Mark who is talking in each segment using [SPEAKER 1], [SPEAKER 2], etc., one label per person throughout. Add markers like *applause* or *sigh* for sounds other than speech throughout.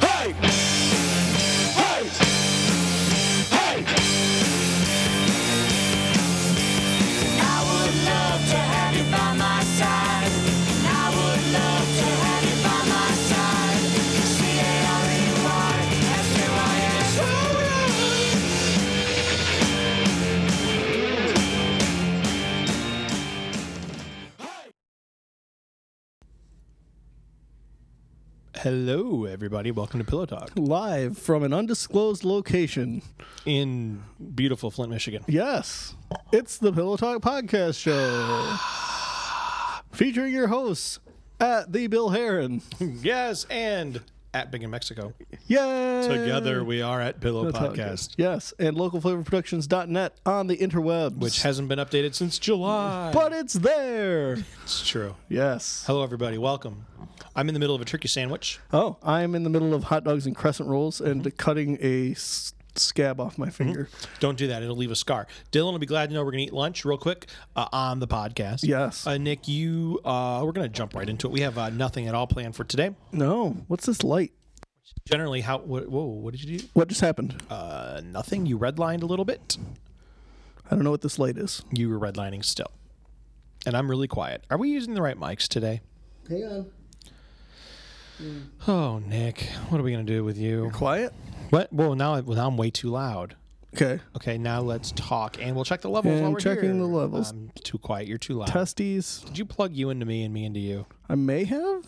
[SPEAKER 1] Hey! Hey! Hey! I would love to have you by my side. And I would love to have you by my side. C-A-R-E-Y, S-U-I-S.
[SPEAKER 2] Hello, everybody. Welcome to Pillow Talk
[SPEAKER 3] live from an undisclosed location.
[SPEAKER 2] in beautiful Flint, Michigan.
[SPEAKER 3] Yes, it's the Pillow Talk
[SPEAKER 2] *sighs*
[SPEAKER 3] Podcast Show, featuring your hosts at the Bill Heron.
[SPEAKER 2] Yes, and at Big in Mexico.
[SPEAKER 3] Yay!
[SPEAKER 2] Together we are at Pillow
[SPEAKER 3] That's how it
[SPEAKER 2] Podcast,
[SPEAKER 3] goes. Yes, and localflavorproductions.net on the interwebs.
[SPEAKER 2] which hasn't been updated since July.
[SPEAKER 3] but it's there.
[SPEAKER 2] It's true.
[SPEAKER 3] Yes.
[SPEAKER 2] Hello, everybody. Welcome. I'm in the middle of a turkey sandwich.
[SPEAKER 3] Oh, I'm in the middle of hot dogs and crescent rolls and
[SPEAKER 2] Mm-hmm.
[SPEAKER 3] cutting a s- scab off my finger.
[SPEAKER 2] Don't do that; it'll leave a scar. Dylan will be glad to know we're going to eat lunch real quick uh, on the podcast.
[SPEAKER 3] Yes.
[SPEAKER 2] Uh, Nick, you uh, we're going to jump right into it. We have uh, nothing at all planned for today.
[SPEAKER 3] No, what's this light?
[SPEAKER 2] Generally, how? What, whoa! What did you do?
[SPEAKER 3] What just happened?
[SPEAKER 2] Uh, nothing. You redlined a little bit.
[SPEAKER 3] I don't know what this light is.
[SPEAKER 2] you were redlining still. And I'm really quiet. Are we using the right mics today?
[SPEAKER 4] Hang on.
[SPEAKER 2] Oh, Nick, what are we going to do with you?
[SPEAKER 3] Quiet.
[SPEAKER 2] What? Well, now, I- well, now I'm way too loud.
[SPEAKER 3] Okay.
[SPEAKER 2] Okay, now let's talk, and we'll check the levels while
[SPEAKER 3] And
[SPEAKER 2] we're
[SPEAKER 3] checking
[SPEAKER 2] here.
[SPEAKER 3] the levels.
[SPEAKER 2] I'm too quiet. You're too loud.
[SPEAKER 3] Testes.
[SPEAKER 2] Did you plug you into me and me into you?
[SPEAKER 3] I may have.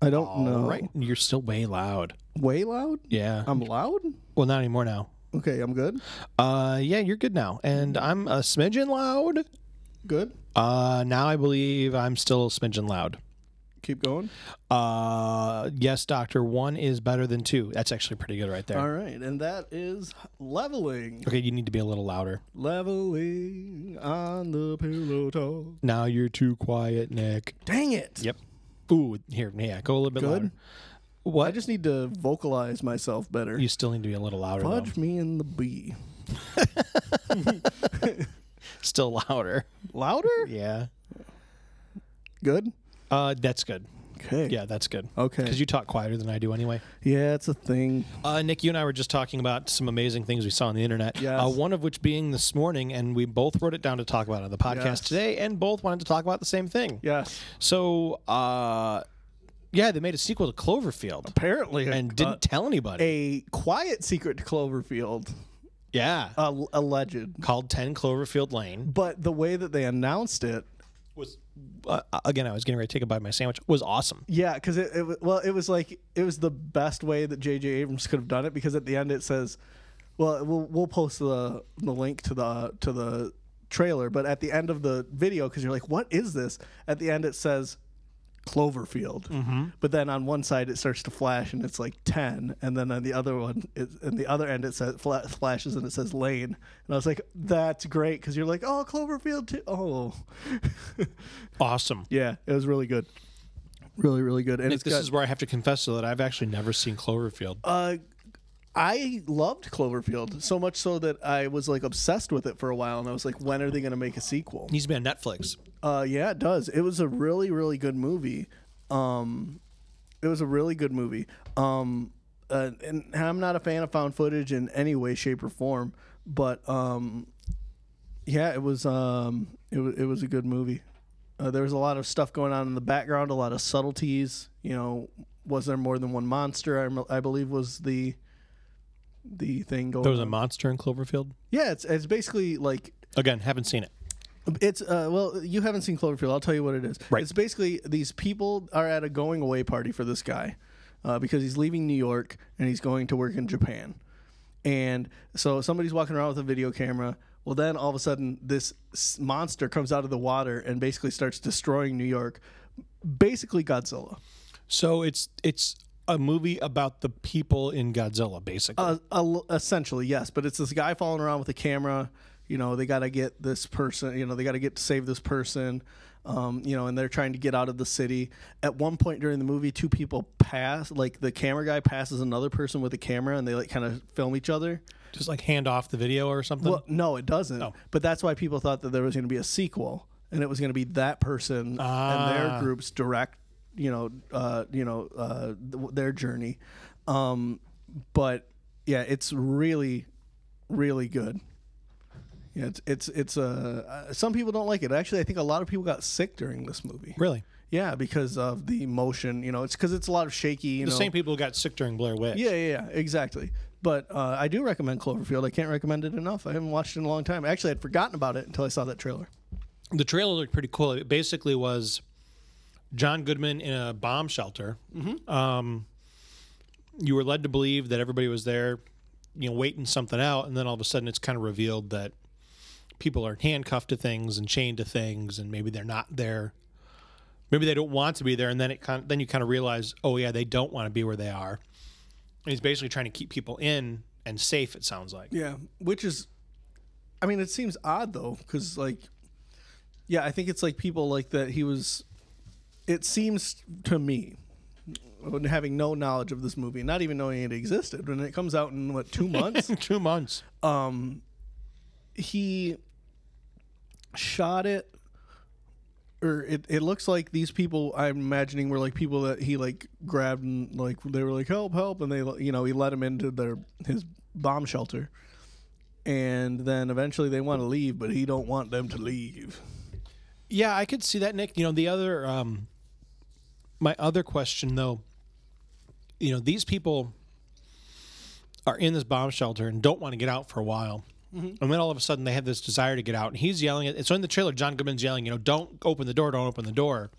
[SPEAKER 3] I don't know.
[SPEAKER 2] Right? You're still way loud.
[SPEAKER 3] Way loud?
[SPEAKER 2] Yeah.
[SPEAKER 3] I'm loud?
[SPEAKER 2] well, not anymore now.
[SPEAKER 3] Okay, I'm good.
[SPEAKER 2] Uh, yeah, you're good now, and I'm a smidgen loud.
[SPEAKER 3] Good.
[SPEAKER 2] Uh, now I believe I'm still a smidgen loud.
[SPEAKER 3] Keep going.
[SPEAKER 2] Uh, yes, doctor. One is better than two. That's actually pretty good right there.
[SPEAKER 3] All right, and that is leveling.
[SPEAKER 2] Okay, you need to be a little louder.
[SPEAKER 3] Leveling on the pillow talk.
[SPEAKER 2] Now you're too quiet, Nick.
[SPEAKER 3] Dang it.
[SPEAKER 2] Yep. Ooh, here, yeah, go a little bit
[SPEAKER 3] Good.
[SPEAKER 2] louder.
[SPEAKER 3] I
[SPEAKER 2] What?
[SPEAKER 3] just need to vocalize myself better.
[SPEAKER 2] You still need to be a little louder. though.
[SPEAKER 3] Fudge me in the bee.
[SPEAKER 2] Still louder.
[SPEAKER 3] Louder?
[SPEAKER 2] Yeah.
[SPEAKER 3] Good.
[SPEAKER 2] Uh, that's good.
[SPEAKER 3] Okay.
[SPEAKER 2] Yeah, that's good.
[SPEAKER 3] Okay.
[SPEAKER 2] Because you talk quieter than I do anyway.
[SPEAKER 3] Yeah, it's a thing.
[SPEAKER 2] Uh, Nick, you and I were just talking about some amazing things we saw on the internet.
[SPEAKER 3] Yes.
[SPEAKER 2] Uh, one of which being this morning, and we both wrote it down to talk about on the podcast
[SPEAKER 3] Yes.
[SPEAKER 2] today, and both wanted to talk about the same thing.
[SPEAKER 3] Yes.
[SPEAKER 2] So, uh, yeah, they made a sequel to Cloverfield
[SPEAKER 3] Apparently, a,
[SPEAKER 2] and didn't tell anybody.
[SPEAKER 3] Uh, a quiet secret to Cloverfield,
[SPEAKER 2] yeah.
[SPEAKER 3] uh, alleged.
[SPEAKER 2] called 10 Cloverfield Lane
[SPEAKER 3] But the way that they announced it,
[SPEAKER 2] was uh, again I was getting ready to take a bite of my sandwich was awesome.
[SPEAKER 3] Yeah, because it, it wa- well, it was like it was the best way that J.J. Abrams could have done it because at the end it says, "Well, we'll, we'll post the the link to the to the trailer," but at the end of the video, because you're like, "What is this?" At the end it says Cloverfield,
[SPEAKER 2] Mm-hmm.
[SPEAKER 3] but then on one side it starts to flash and it's like ten, and then on the other one, it, and the other end it says fla- flashes and it says Lane, and I was like, "That's great," because you're like, "Oh, Cloverfield too." Oh,
[SPEAKER 2] Awesome.
[SPEAKER 3] yeah, it was really good. Really, really good, and
[SPEAKER 2] Nick,
[SPEAKER 3] it's
[SPEAKER 2] this
[SPEAKER 3] got-
[SPEAKER 2] is where I have to confess though, that I've actually never seen Cloverfield.
[SPEAKER 3] Uh, I loved Cloverfield so much so that I was like obsessed with it for a while, and I was like, when are they going to make a sequel?
[SPEAKER 2] Needs to be on Netflix.
[SPEAKER 3] Uh, yeah, it does. It was a really, really good movie. Um, it was a really good movie. Um, uh, and I'm not a fan of found footage in any way, shape, or form, but um, yeah, it was um, it, wa it was a good movie. Uh, there was a lot of stuff going on in the background, a lot of subtleties. You know, was there more than one monster? I, rem- I believe was the the thing going.
[SPEAKER 2] There was a
[SPEAKER 3] on.
[SPEAKER 2] monster in Cloverfield.
[SPEAKER 3] yeah, it's it's basically like
[SPEAKER 2] Again, haven't seen it.
[SPEAKER 3] it's uh, well, you haven't seen Cloverfield. I'll tell you what it is.
[SPEAKER 2] Right.
[SPEAKER 3] It's basically these people are at a going away party for this guy uh, because he's leaving New York and he's going to work in Japan. And so somebody's walking around with a video camera. Well, then all of a sudden, this s- monster comes out of the water and basically starts destroying New York. Basically, Godzilla.
[SPEAKER 2] So it's it's a movie about the people in Godzilla, basically.
[SPEAKER 3] Uh, uh, essentially, yes. But it's this guy following around with a camera, you know they got to get this person you know they got to get to save this person um, you know and they're trying to get out of the city at one point during the movie two people pass like the camera guy passes another person with a camera and they like kind of film each other
[SPEAKER 2] Just like hand off the video or something.
[SPEAKER 3] well no it doesn't but that's why people thought that there was going to be a sequel and it was going to be that person and
[SPEAKER 2] Ah.
[SPEAKER 3] their group's direct you know uh, you know uh, th- their journey um, but yeah it's really really good yeah, it's it's it's uh, uh, some people don't like it. Actually, I think a lot of people got sick during this movie.
[SPEAKER 2] really.
[SPEAKER 3] Yeah, because of the motion. You know, it's because it's a lot of shaky. You
[SPEAKER 2] The
[SPEAKER 3] know,
[SPEAKER 2] same people who got sick during Blair Witch.
[SPEAKER 3] yeah, yeah, yeah, exactly. But uh, I do recommend Cloverfield. I can't recommend it enough. I haven't watched it in a long time. Actually, I'd forgotten about it until I saw that trailer.
[SPEAKER 2] the trailer looked pretty cool. It basically was John Goodman in a bomb shelter. Um, you were led to believe that everybody was there, you know, waiting something out, and then all of a sudden, it's kind of revealed that people are handcuffed to things and chained to things, and maybe they're not there. Maybe they don't want to be there, and then it kind of, then you kind of realize, oh yeah, they don't want to be where they are. And he's basically trying to keep people in and safe. It sounds like.
[SPEAKER 3] Yeah, which is, I mean, it seems odd though, because like, yeah, I think it's like people like that. He was, it seems to me, having no knowledge of this movie, not even knowing it existed, when it comes out in what two months,
[SPEAKER 2] *laughs* Two months.
[SPEAKER 3] he shot it or it, it looks like these people i'm imagining were like people that he like grabbed and like they were like help help and they you know he let them into their his bomb shelter and then eventually they want to leave but he don't want them to leave
[SPEAKER 2] Yeah, I could see that, Nick. You know, the other, um, my other question though, you know, these people are in this bomb shelter and don't want to get out for a while. And then all of a sudden they have this desire to get out. And he's yelling at, so in the trailer, John Goodman's yelling, you know, don't open the door, don't open the door.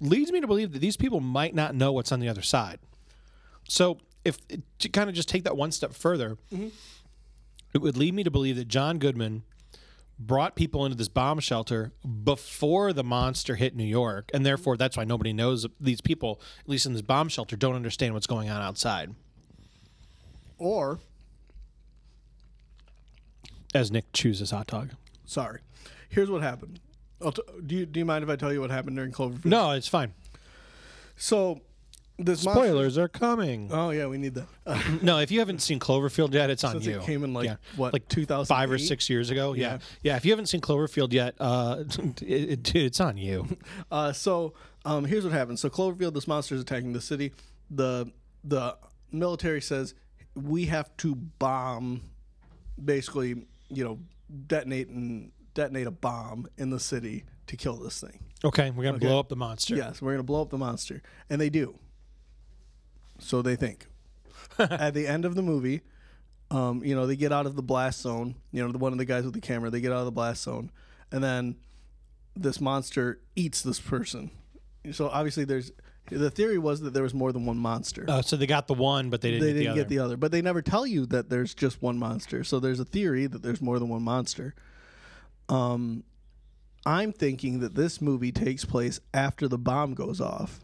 [SPEAKER 2] Leads me to believe that these people might not know what's on the other side. So if to kind of just take that one step further, it would lead me to believe that John Goodman brought people into this bomb shelter before the monster hit New York, and therefore that's why nobody knows these people, at least in this bomb shelter, don't understand what's going on outside.
[SPEAKER 3] or
[SPEAKER 2] As Nick chews his hot dog.
[SPEAKER 3] sorry here's what happened I'll t- do, you, do you mind if i tell you what happened during cloverfield
[SPEAKER 2] No, it's fine.
[SPEAKER 3] so this monster-
[SPEAKER 2] Spoilers are coming.
[SPEAKER 3] oh yeah we need that
[SPEAKER 2] no, if you haven't seen Cloverfield yet, it's on
[SPEAKER 3] Since it
[SPEAKER 2] you.
[SPEAKER 3] came in, like,
[SPEAKER 2] yeah.
[SPEAKER 3] what,
[SPEAKER 2] like
[SPEAKER 3] 2008?
[SPEAKER 2] five or six years ago. Yeah. yeah,
[SPEAKER 3] Yeah.
[SPEAKER 2] If you haven't seen Cloverfield yet, uh, *laughs* it, it, dude, it's on
[SPEAKER 3] *laughs*
[SPEAKER 2] you.
[SPEAKER 3] Uh, so um, here's what happens. So Cloverfield, this monster is attacking the city. The the military says we have to bomb, basically, you know, detonate and detonate a bomb in the city to kill this thing.
[SPEAKER 2] Okay, we're gonna blow up the monster.
[SPEAKER 3] Yes, we're gonna blow up the monster, and they do. So they think. At the end of the movie, um, you know, they get out of the blast zone. You know, the one of the guys with the camera, they get out of the blast zone, and then this monster eats this person. So obviously, there's the theory was that there was more than one monster.
[SPEAKER 2] Uh, so they got the one, but they didn't,
[SPEAKER 3] they
[SPEAKER 2] get,
[SPEAKER 3] didn't
[SPEAKER 2] the
[SPEAKER 3] get the other, but they never tell you that there's just one monster. So there's a theory that there's more than one monster. Um, I'm thinking that this movie takes place after the bomb goes off,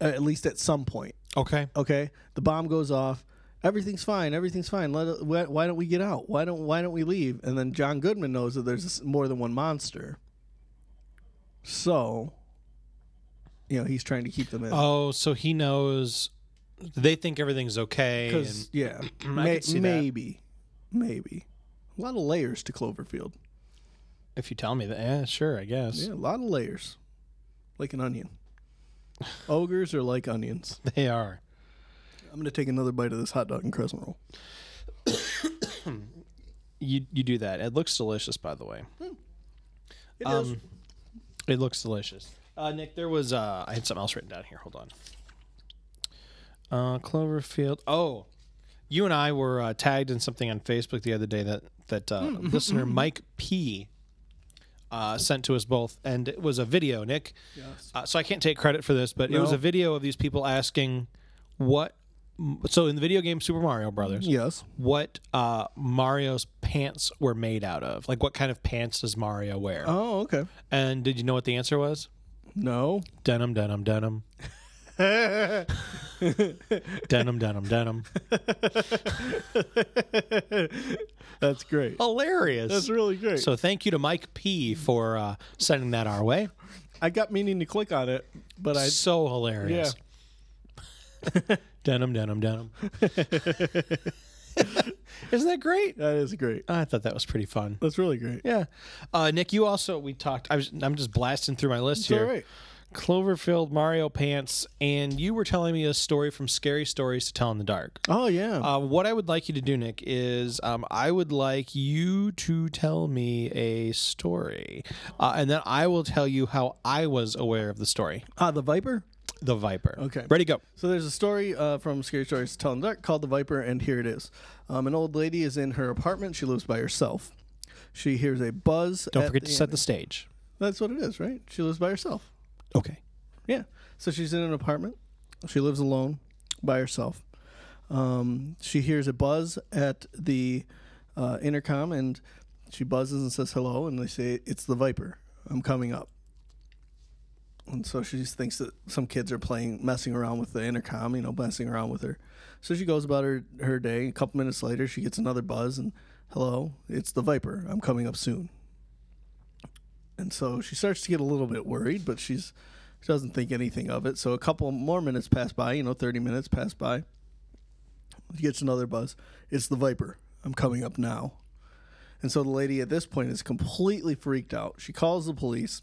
[SPEAKER 3] Uh, at least at some point.
[SPEAKER 2] other. Okay.
[SPEAKER 3] Okay, the bomb goes off. Everything's fine. Everything's fine. Let why, why don't we get out? Why don't Why don't we leave? And then John Goodman knows that there's s- more than one monster. So, you know, he's trying to keep them in.
[SPEAKER 2] Oh, so he knows. They think everything's okay.
[SPEAKER 3] Because
[SPEAKER 2] and-
[SPEAKER 3] yeah,
[SPEAKER 2] *clears throat* could
[SPEAKER 3] may,
[SPEAKER 2] see that.
[SPEAKER 3] maybe, maybe a lot of layers to Cloverfield.
[SPEAKER 2] if you tell me that, yeah, sure, I guess
[SPEAKER 3] Yeah, a lot of layers, like
[SPEAKER 2] *laughs*
[SPEAKER 3] an onion. Ogres are like onions.
[SPEAKER 2] they are.
[SPEAKER 3] I'm gonna take another bite of this hot dog and crescent roll.
[SPEAKER 2] You you do that. It looks delicious, by the way.
[SPEAKER 3] It is.
[SPEAKER 2] It looks delicious. Uh, Nick, there was uh, I had something else written down here. Hold on. Uh, Cloverfield. Oh, you and I were uh, tagged in something on Facebook the other day that that uh,
[SPEAKER 3] Hmm. *laughs*
[SPEAKER 2] listener Mike P. Uh, sent to us both, and it was a video, Nick. Yes. Uh, so I can't take credit for this, but it was
[SPEAKER 3] No.
[SPEAKER 2] a video of these people asking what. So in the video game Super Mario Brothers,
[SPEAKER 3] Yes.
[SPEAKER 2] what uh, Mario's pants were made out of? Like, what kind of pants does Mario wear?
[SPEAKER 3] Oh, okay.
[SPEAKER 2] And did you know what the answer was?
[SPEAKER 3] No.
[SPEAKER 2] Denim, denim, denim. denim, denim, denim.
[SPEAKER 3] That's great.
[SPEAKER 2] Hilarious.
[SPEAKER 3] That's really great.
[SPEAKER 2] Oh, So thank you to Mike P for uh, sending that our way.
[SPEAKER 3] I got meaning to click on it, but I
[SPEAKER 2] so hilarious. denim, denim,
[SPEAKER 3] *laughs*
[SPEAKER 2] denim. Isn't that great?
[SPEAKER 3] that is great.
[SPEAKER 2] I thought that was pretty fun.
[SPEAKER 3] That's really great.
[SPEAKER 2] Yeah, uh, Nick, you also we talked. I was I'm just blasting through my list here.
[SPEAKER 3] all right.
[SPEAKER 2] Cloverfield, Mario Pants, and you were telling me a story from Scary Stories to Tell in the Dark.
[SPEAKER 3] Oh yeah.
[SPEAKER 2] Uh, what I would like you to do, Nick, is um, I would like you to tell me a story, uh, and then I will tell you how I was aware of the story.
[SPEAKER 3] Ah, the Viper.
[SPEAKER 2] The Viper.
[SPEAKER 3] Okay.
[SPEAKER 2] Ready, go.
[SPEAKER 3] So there's a story uh, from Scary Stories to Tell in the Dark called The Viper, and here it is. Um, an old lady is in her apartment. She lives by herself. She hears a buzz.
[SPEAKER 2] Don't
[SPEAKER 3] at
[SPEAKER 2] forget
[SPEAKER 3] the
[SPEAKER 2] to set
[SPEAKER 3] end-
[SPEAKER 2] the stage.
[SPEAKER 3] That's what it is, right? She lives by herself.
[SPEAKER 2] Okay.
[SPEAKER 3] Yeah. So she's in an apartment. She lives alone by herself. Um, she hears a buzz at the uh, intercom and she buzzes and says hello. And they say, It's the Viper. I'm coming up. And so she just thinks that some kids are playing, messing around with the intercom, you know, messing around with her. So she goes about her, her day. A couple minutes later, she gets another buzz and, Hello, it's the Viper. I'm coming up soon. And so she starts to get a little bit worried, but she's she doesn't think anything of it. So a couple more minutes pass by, you know, 30 minutes pass by. She gets another buzz. It's the Viper. I'm coming up now. And so the lady at this point is completely freaked out. She calls the police.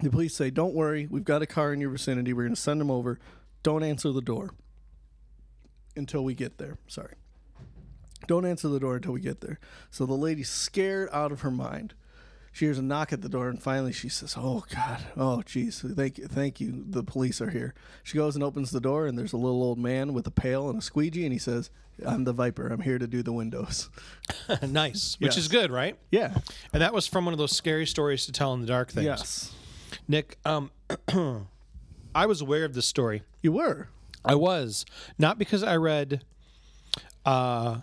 [SPEAKER 3] The police say, Don't worry, we've got a car in your vicinity. We're going to send them over. Don't answer the door until we get there. Sorry. Don't answer the door until we get there. So the lady's scared out of her mind she hears a knock at the door and finally she says oh god oh jeez thank you thank you the police are here she goes and opens the door and there's a little old man with a pail and a squeegee and he says i'm the viper i'm here to do the windows
[SPEAKER 2] *laughs*
[SPEAKER 3] *laughs*
[SPEAKER 2] nice. Which
[SPEAKER 3] Yes.
[SPEAKER 2] is good, right?
[SPEAKER 3] yeah
[SPEAKER 2] And that was from one of those scary stories to tell in the dark things.
[SPEAKER 3] yes
[SPEAKER 2] Nick, um, *clears throat* I was aware of this story.
[SPEAKER 3] you were
[SPEAKER 2] I was not because I read, uh,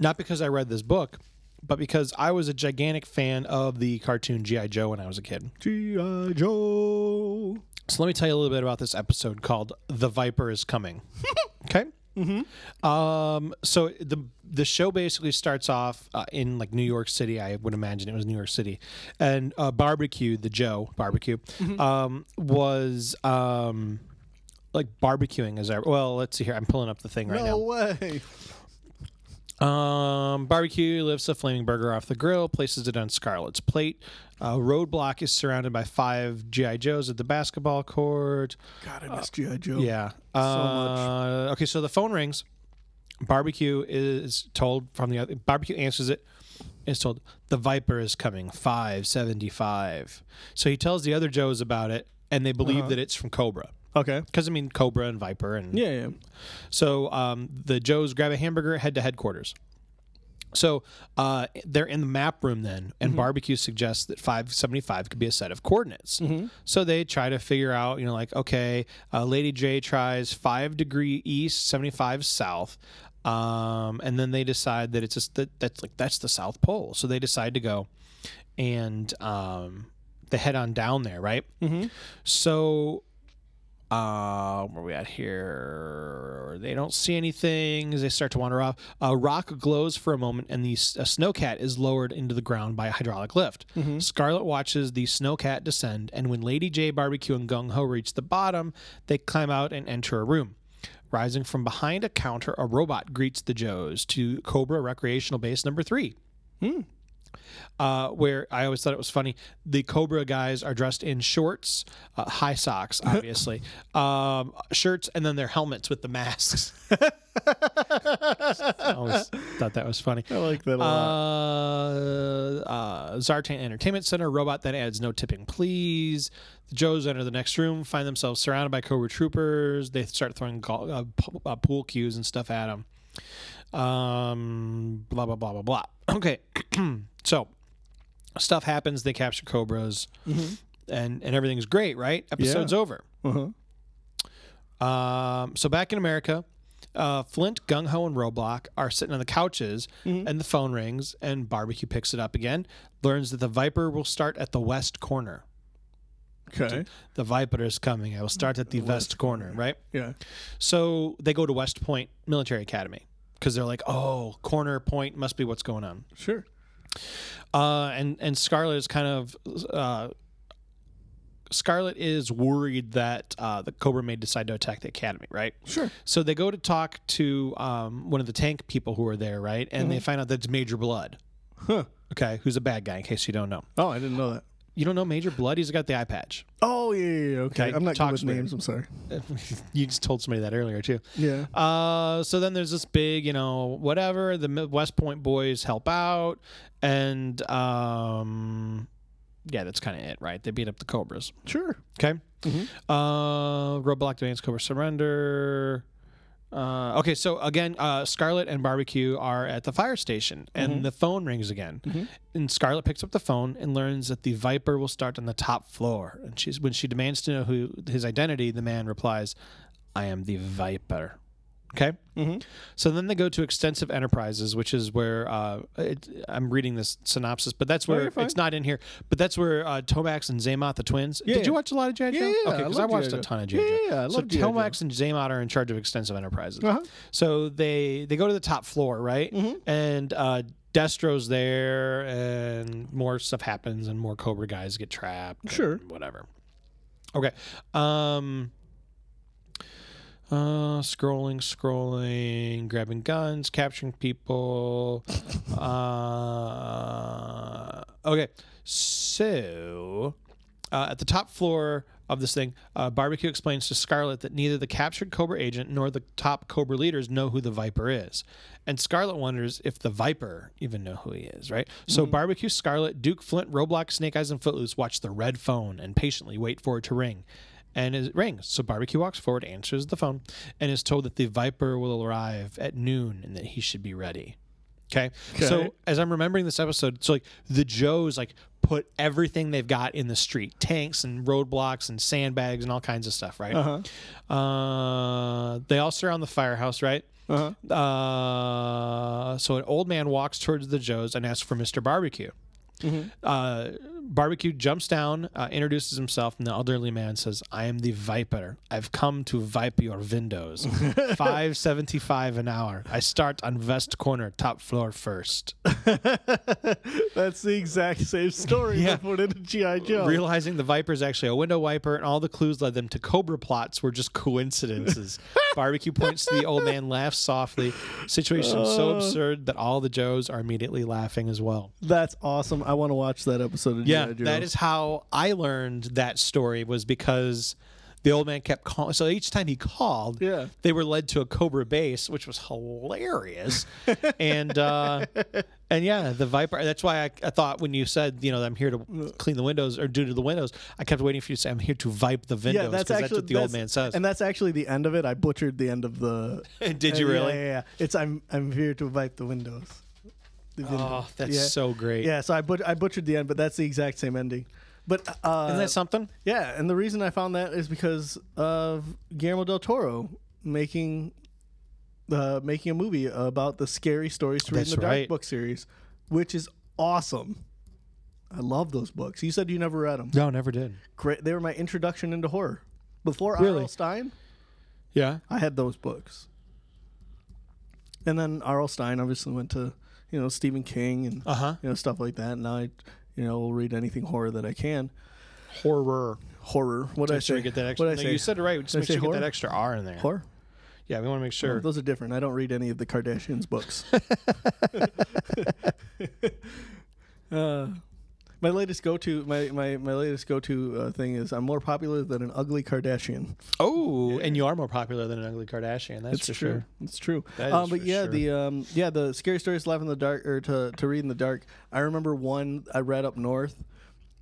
[SPEAKER 2] not because I read this book, but because I was a gigantic fan of the cartoon GI Joe when I was a kid.
[SPEAKER 3] gi joe
[SPEAKER 2] So let me tell you a little bit about this episode called "The Viper Is Coming." okay. Mm-hmm. Um, so the the show basically starts off uh, in like New York City. I would imagine it was New York City, and uh, barbecue the Joe barbecue um, was um, like barbecuing as I well. Let's see here. I'm pulling up the thing right
[SPEAKER 3] no
[SPEAKER 2] now.
[SPEAKER 3] way
[SPEAKER 2] Um, barbecue lifts a flaming burger off the grill, places it on Scarlett's plate. Uh, roadblock is surrounded by five GI Joes at the basketball court.
[SPEAKER 3] god i miss gi joe
[SPEAKER 2] Yeah. uh, Okay, so the phone rings. Barbecue is told from the other. Barbecue answers it. Is told the Viper is coming. Five seventy five. So he tells the other Joes about it, and they believe that it's from Cobra.
[SPEAKER 3] okay
[SPEAKER 2] Because I mean, Cobra and Viper and
[SPEAKER 3] yeah yeah
[SPEAKER 2] so um, the Joes grab a hamburger, head to headquarters. So uh, they're in the map room then, and barbecue suggests that 575 could be a set of coordinates. So they try to figure out, you know, like, okay, uh, Lady J tries 5 degree east, 75 south. Um, and then they decide that it's just that that's like that's the South Pole. So they decide to go and um, they head on down there, right? Mm-hmm. So uh, where we at here? They don't see anything as they start to wander off. A rock glows for a moment, and the s- a snowcat is lowered into the ground by a hydraulic lift. Scarlet watches the snowcat descend, and when Lady J, Barbecue, and Gung Ho reach the bottom, they climb out and enter a room. Rising from behind a counter, a robot greets the Joes to Cobra Recreational Base Number Three uh, where I always thought it was funny. The Cobra guys are dressed in shorts, uh, high socks, obviously, um, shirts, and then their helmets with the masks. I always thought that was funny.
[SPEAKER 3] i like that a
[SPEAKER 2] Uh,
[SPEAKER 3] lot
[SPEAKER 2] uh, Zartan Entertainment Center robot that adds no tipping, please. The Joes enter the next room, find themselves surrounded by Cobra troopers. They start throwing gol uh, p- uh, pool cues and stuff at them. Um, blah blah blah blah *clears throat* blah. Okay, so stuff happens. They capture Cobras, and and everything's great, right? Episode's over.
[SPEAKER 3] uh-huh.
[SPEAKER 2] Um, so back in America, uh, Flint, Gung Ho, and Roblox are sitting on the couches, and the phone rings, and Barbecue picks it up again. Learns that the Viper will start at the west corner.
[SPEAKER 3] Okay.
[SPEAKER 2] The Viper is coming. I will start at the west corner, right?
[SPEAKER 3] Yeah.
[SPEAKER 2] So they go to West Point Military Academy because they're like, oh, corner point must be what's going on.
[SPEAKER 3] Sure.
[SPEAKER 2] Uh, and and Scarlet is kind of uh, Scarlet is worried that uh, the Cobra may decide to attack the Academy, right?
[SPEAKER 3] Sure.
[SPEAKER 2] So they go to talk to um, one of the tank people who are there, right? And they find out that it's Major Blood.
[SPEAKER 3] Huh.
[SPEAKER 2] Okay, who's a bad guy? In case you don't know,
[SPEAKER 3] Oh, I didn't know that.
[SPEAKER 2] you don't know Major Blood. He's got the eye patch. *laughs*
[SPEAKER 3] Oh yeah, yeah, yeah, okay.
[SPEAKER 2] Okay,
[SPEAKER 3] I'm not good
[SPEAKER 2] talks
[SPEAKER 3] with
[SPEAKER 2] weird.
[SPEAKER 3] names. I'm sorry.
[SPEAKER 2] you just told somebody that earlier too.
[SPEAKER 3] Yeah.
[SPEAKER 2] Uh, so then there's this big, you know, whatever. The Mi- West Point boys help out, and um, yeah, that's kind of it, right? They beat up the Cobras.
[SPEAKER 3] Sure. Mm-hmm.
[SPEAKER 2] Okay. Uh, roadblock demands Cobra surrender. Uh, okay, so again, uh, Scarlet and Barbecue are at the fire station, and
[SPEAKER 3] Mm-hmm.
[SPEAKER 2] the phone rings again. And Scarlet picks up the phone and learns that the Viper will start on the top floor. And she's when she demands to know who his identity, the man replies, "I am the Viper." Okay.
[SPEAKER 3] Mm-hmm.
[SPEAKER 2] So then they go to Extensive Enterprises, which is where uh, it, I'm reading this synopsis, but that's where
[SPEAKER 3] you're fine.
[SPEAKER 2] it's not in here. But that's where uh, Tomax and Zaymot, the twins.
[SPEAKER 3] Yeah.
[SPEAKER 2] Did you watch a lot of G.I. Joe?
[SPEAKER 3] Yeah, yeah,
[SPEAKER 2] okay,
[SPEAKER 3] I
[SPEAKER 2] because I,
[SPEAKER 3] love
[SPEAKER 2] watched
[SPEAKER 3] G.I.
[SPEAKER 2] a
[SPEAKER 3] Joe.
[SPEAKER 2] ton of G.I. Joe.
[SPEAKER 3] Yeah, yeah, I
[SPEAKER 2] so
[SPEAKER 3] love G.I. Joe.
[SPEAKER 2] Tomax and Zaymot are in charge of Extensive Enterprises.
[SPEAKER 3] Uh-huh. Mm-hmm.
[SPEAKER 2] So they they go to the top floor, right? And uh, Destro's there, and more stuff happens, and more Cobra guys get trapped.
[SPEAKER 3] Sure.
[SPEAKER 2] and whatever. Okay. Um. Uh, scrolling, scrolling, grabbing guns, capturing people. uh, okay, so uh, at the top floor of this thing, uh, Barbecue explains to Scarlet that neither the captured Cobra agent nor the top Cobra leaders know who the Viper is. And Scarlet wonders if the Viper even know who he is, right? So Barbecue, Scarlet, Duke, Flint, Roblox, Snake Eyes, and Footloose watch the red phone and patiently wait for it to ring. And it rings. So Barbecue walks forward, answers the phone, and is told that the Viper will arrive at noon and that he should be ready. Okay. So
[SPEAKER 3] Okay.
[SPEAKER 2] as I'm remembering this episode, so like the Joes like put everything they've got in the street, tanks and roadblocks and sandbags and all kinds of stuff, right? Uh-huh. Uh they all surround the firehouse, right? Uh-huh. Uh so an old man walks towards the Joes and asks for Mr. Barbecue. Uh, Barbecue jumps down, uh, introduces himself, and the elderly man says, "I am the Viper. I've come to vipe your *laughs* windows. Five seventy-five an hour. I start on west corner, top floor first.
[SPEAKER 3] That's the exact same story
[SPEAKER 2] Yeah.
[SPEAKER 3] they put into GI Joe.
[SPEAKER 2] Realizing the Viper is actually a window wiper, and all the clues led them to Cobra plots were just coincidences. Barbecue points to the old man, laughs softly. Situation so absurd that all the Joes are immediately laughing as well.
[SPEAKER 3] That's awesome. I want to watch that episode of
[SPEAKER 2] Yeah,
[SPEAKER 3] GI Joe.
[SPEAKER 2] that is how I learned that story was because the old man kept calling. So each time he called,
[SPEAKER 3] Yeah.
[SPEAKER 2] they were led to a Cobra base, which was hilarious.
[SPEAKER 3] *laughs*
[SPEAKER 2] and uh, and yeah, the Viper. That's why I, I thought when you said you know I'm here to clean the windows or do to the windows, I kept waiting for you to say I'm here to vipe the windows.
[SPEAKER 3] yeah, that's
[SPEAKER 2] 'cause
[SPEAKER 3] actually
[SPEAKER 2] what the old
[SPEAKER 3] that's-
[SPEAKER 2] man says.
[SPEAKER 3] and that's actually the end of it. I butchered the end of the.
[SPEAKER 2] *laughs*
[SPEAKER 3] Uh,
[SPEAKER 2] Did you
[SPEAKER 3] Yeah,
[SPEAKER 2] really?
[SPEAKER 3] Yeah, yeah, yeah. It's I'm I'm here to wipe the windows. The
[SPEAKER 2] Oh,
[SPEAKER 3] windows.
[SPEAKER 2] that's
[SPEAKER 3] Yeah.
[SPEAKER 2] so great.
[SPEAKER 3] Yeah, so I but I butchered the end, but that's the exact same ending. But uh,
[SPEAKER 2] Isn't that something?
[SPEAKER 3] yeah, and the reason I found that is because of Guillermo del Toro making uh, making a movie about the scary stories to read
[SPEAKER 2] That's
[SPEAKER 3] in the
[SPEAKER 2] right.
[SPEAKER 3] Dark book series, which is awesome. I love those books. You said you never read them.
[SPEAKER 2] No, never did.
[SPEAKER 3] Great, they were my introduction into horror. Before
[SPEAKER 2] Really?
[SPEAKER 3] R.L. Stein,
[SPEAKER 2] Yeah.
[SPEAKER 3] I had those books. And then R.L. Stein obviously went to, you know, Stephen King and
[SPEAKER 2] Uh-huh.
[SPEAKER 3] you know stuff like that. And now I, you know, will read anything horror that I can.
[SPEAKER 2] Horror.
[SPEAKER 3] Horror. What did I
[SPEAKER 2] Make sure
[SPEAKER 3] say?
[SPEAKER 2] you get that extra.
[SPEAKER 3] What did
[SPEAKER 2] no,
[SPEAKER 3] I say?
[SPEAKER 2] you said it right. Just
[SPEAKER 3] Did I
[SPEAKER 2] make sure
[SPEAKER 3] say
[SPEAKER 2] you get
[SPEAKER 3] horror?
[SPEAKER 2] that extra R in there.
[SPEAKER 3] horror.
[SPEAKER 2] Yeah, we want to make sure.
[SPEAKER 3] Those are different. I don't read any of the Kardashians books.
[SPEAKER 2] *laughs*
[SPEAKER 3] uh, my latest go to my, my, my latest go to uh, thing is I'm more popular than an ugly Kardashian.
[SPEAKER 2] Oh, and you are more popular than an ugly Kardashian. That's for sure.
[SPEAKER 3] It's true.
[SPEAKER 2] That
[SPEAKER 3] um,
[SPEAKER 2] is
[SPEAKER 3] but
[SPEAKER 2] for
[SPEAKER 3] yeah,
[SPEAKER 2] sure.
[SPEAKER 3] the um, yeah the scary stories to laugh in the dark or to to read in the dark. I remember one I read up north,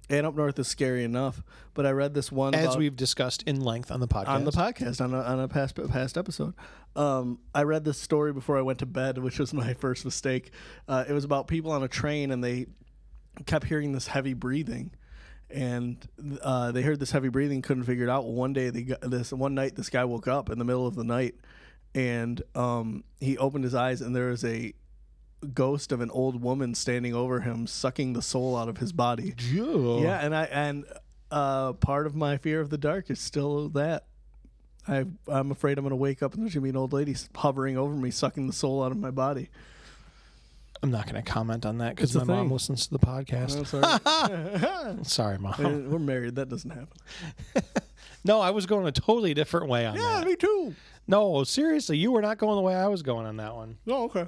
[SPEAKER 3] and up north is scary enough. But I read this one
[SPEAKER 2] As
[SPEAKER 3] about-
[SPEAKER 2] we've discussed in length on the podcast.
[SPEAKER 3] on the podcast on a, on a past past episode. Um, I read this story before I went to bed, which was *laughs* my first mistake. Uh, it was about people on a train and they kept hearing this heavy breathing, and uh, they heard this heavy breathing, couldn't figure it out. One day, they got this one night, this guy woke up in the middle of the night, and um, he opened his eyes and there was a ghost of an old woman standing over him, sucking the soul out of his body.
[SPEAKER 2] yeah.
[SPEAKER 3] Yeah, and I and uh, part of my fear of the dark is still that. I, I'm afraid I'm going to wake up and there's going to be an old lady hovering over me, sucking the soul out of my body.
[SPEAKER 2] I'm not going to comment on that because
[SPEAKER 3] It's a
[SPEAKER 2] my mom
[SPEAKER 3] thing.
[SPEAKER 2] listens to the podcast.
[SPEAKER 3] I'm
[SPEAKER 2] *laughs*
[SPEAKER 3] sorry. *laughs*
[SPEAKER 2] Sorry, mom.
[SPEAKER 3] We're married. That doesn't happen.
[SPEAKER 2] No, I was going a totally different way on that.
[SPEAKER 3] me too.
[SPEAKER 2] No, seriously, you were not going the way I was going on that one.
[SPEAKER 3] Oh, okay.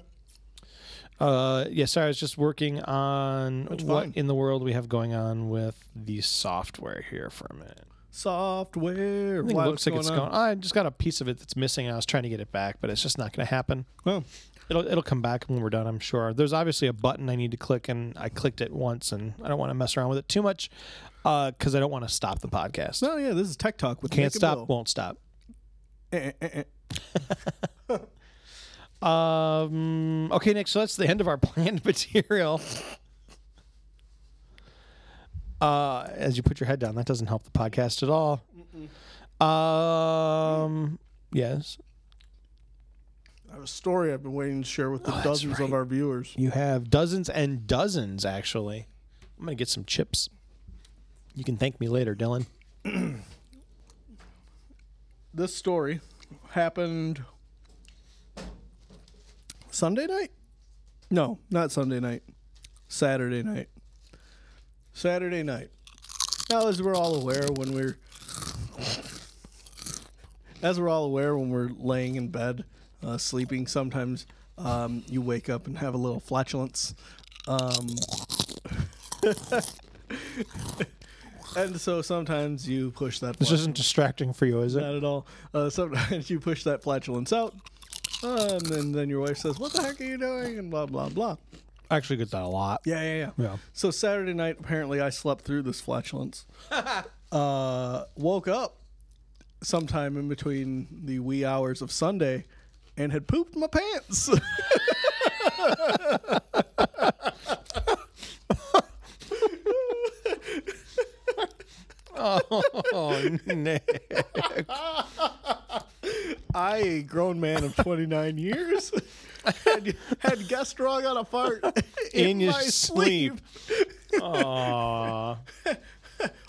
[SPEAKER 2] Uh, yes, sorry, I was just working on what
[SPEAKER 3] fine.
[SPEAKER 2] in the world we have going on with the software here for a minute.
[SPEAKER 3] Software.
[SPEAKER 2] It
[SPEAKER 3] Why,
[SPEAKER 2] looks
[SPEAKER 3] what's
[SPEAKER 2] like it's
[SPEAKER 3] on?
[SPEAKER 2] going. I just got a piece of it that's missing, and I was trying to get it back, but it's just not going to happen.
[SPEAKER 3] Well,
[SPEAKER 2] It'll it'll come back when we're done, I'm sure. There's obviously a button I need to click, and I clicked it once, and I don't want to mess around with it too much because I don't want to stop the podcast.
[SPEAKER 3] no, yeah, this is Tech Talk with
[SPEAKER 2] Can't
[SPEAKER 3] Nick and
[SPEAKER 2] stop,
[SPEAKER 3] Bill.
[SPEAKER 2] won't stop.
[SPEAKER 3] Eh, eh, eh, eh.
[SPEAKER 2] Um, okay, Nick. So that's the end of our *laughs* planned material. Uh, as you put your head down, that doesn't help the podcast at all. Um, yes,
[SPEAKER 3] I have a story I've been waiting to share with
[SPEAKER 2] Oh,
[SPEAKER 3] the dozens of our viewers.
[SPEAKER 2] you have dozens and dozens. Actually, I'm gonna get some chips. You can thank me later, Dylan.
[SPEAKER 3] This story happened Sunday night? No, not Sunday night. Saturday night. Saturday night. Now, as we're all aware, when we're as we're all aware, when we're laying in bed, uh, sleeping, sometimes um, you wake up and have a little flatulence. Um, *laughs* and so sometimes you push that.
[SPEAKER 2] This isn't distracting for you, is it?
[SPEAKER 3] Not at all. Uh, sometimes *laughs* you push that flatulence out, um, and then your wife says, "What the heck are you doing?" and blah blah blah.
[SPEAKER 2] I actually get that a lot.
[SPEAKER 3] Yeah, yeah, yeah.
[SPEAKER 2] Yeah.
[SPEAKER 3] So Saturday night, apparently, I slept through this flatulence.
[SPEAKER 2] *laughs*
[SPEAKER 3] uh, woke up sometime in between the wee hours of Sunday, and had pooped my pants. *laughs*
[SPEAKER 2] *laughs* Oh, Nick.
[SPEAKER 3] I, a grown man of 29 years, *laughs* had, had guessed wrong on a fart
[SPEAKER 2] *laughs* in, your
[SPEAKER 3] my
[SPEAKER 2] sleep. Aww.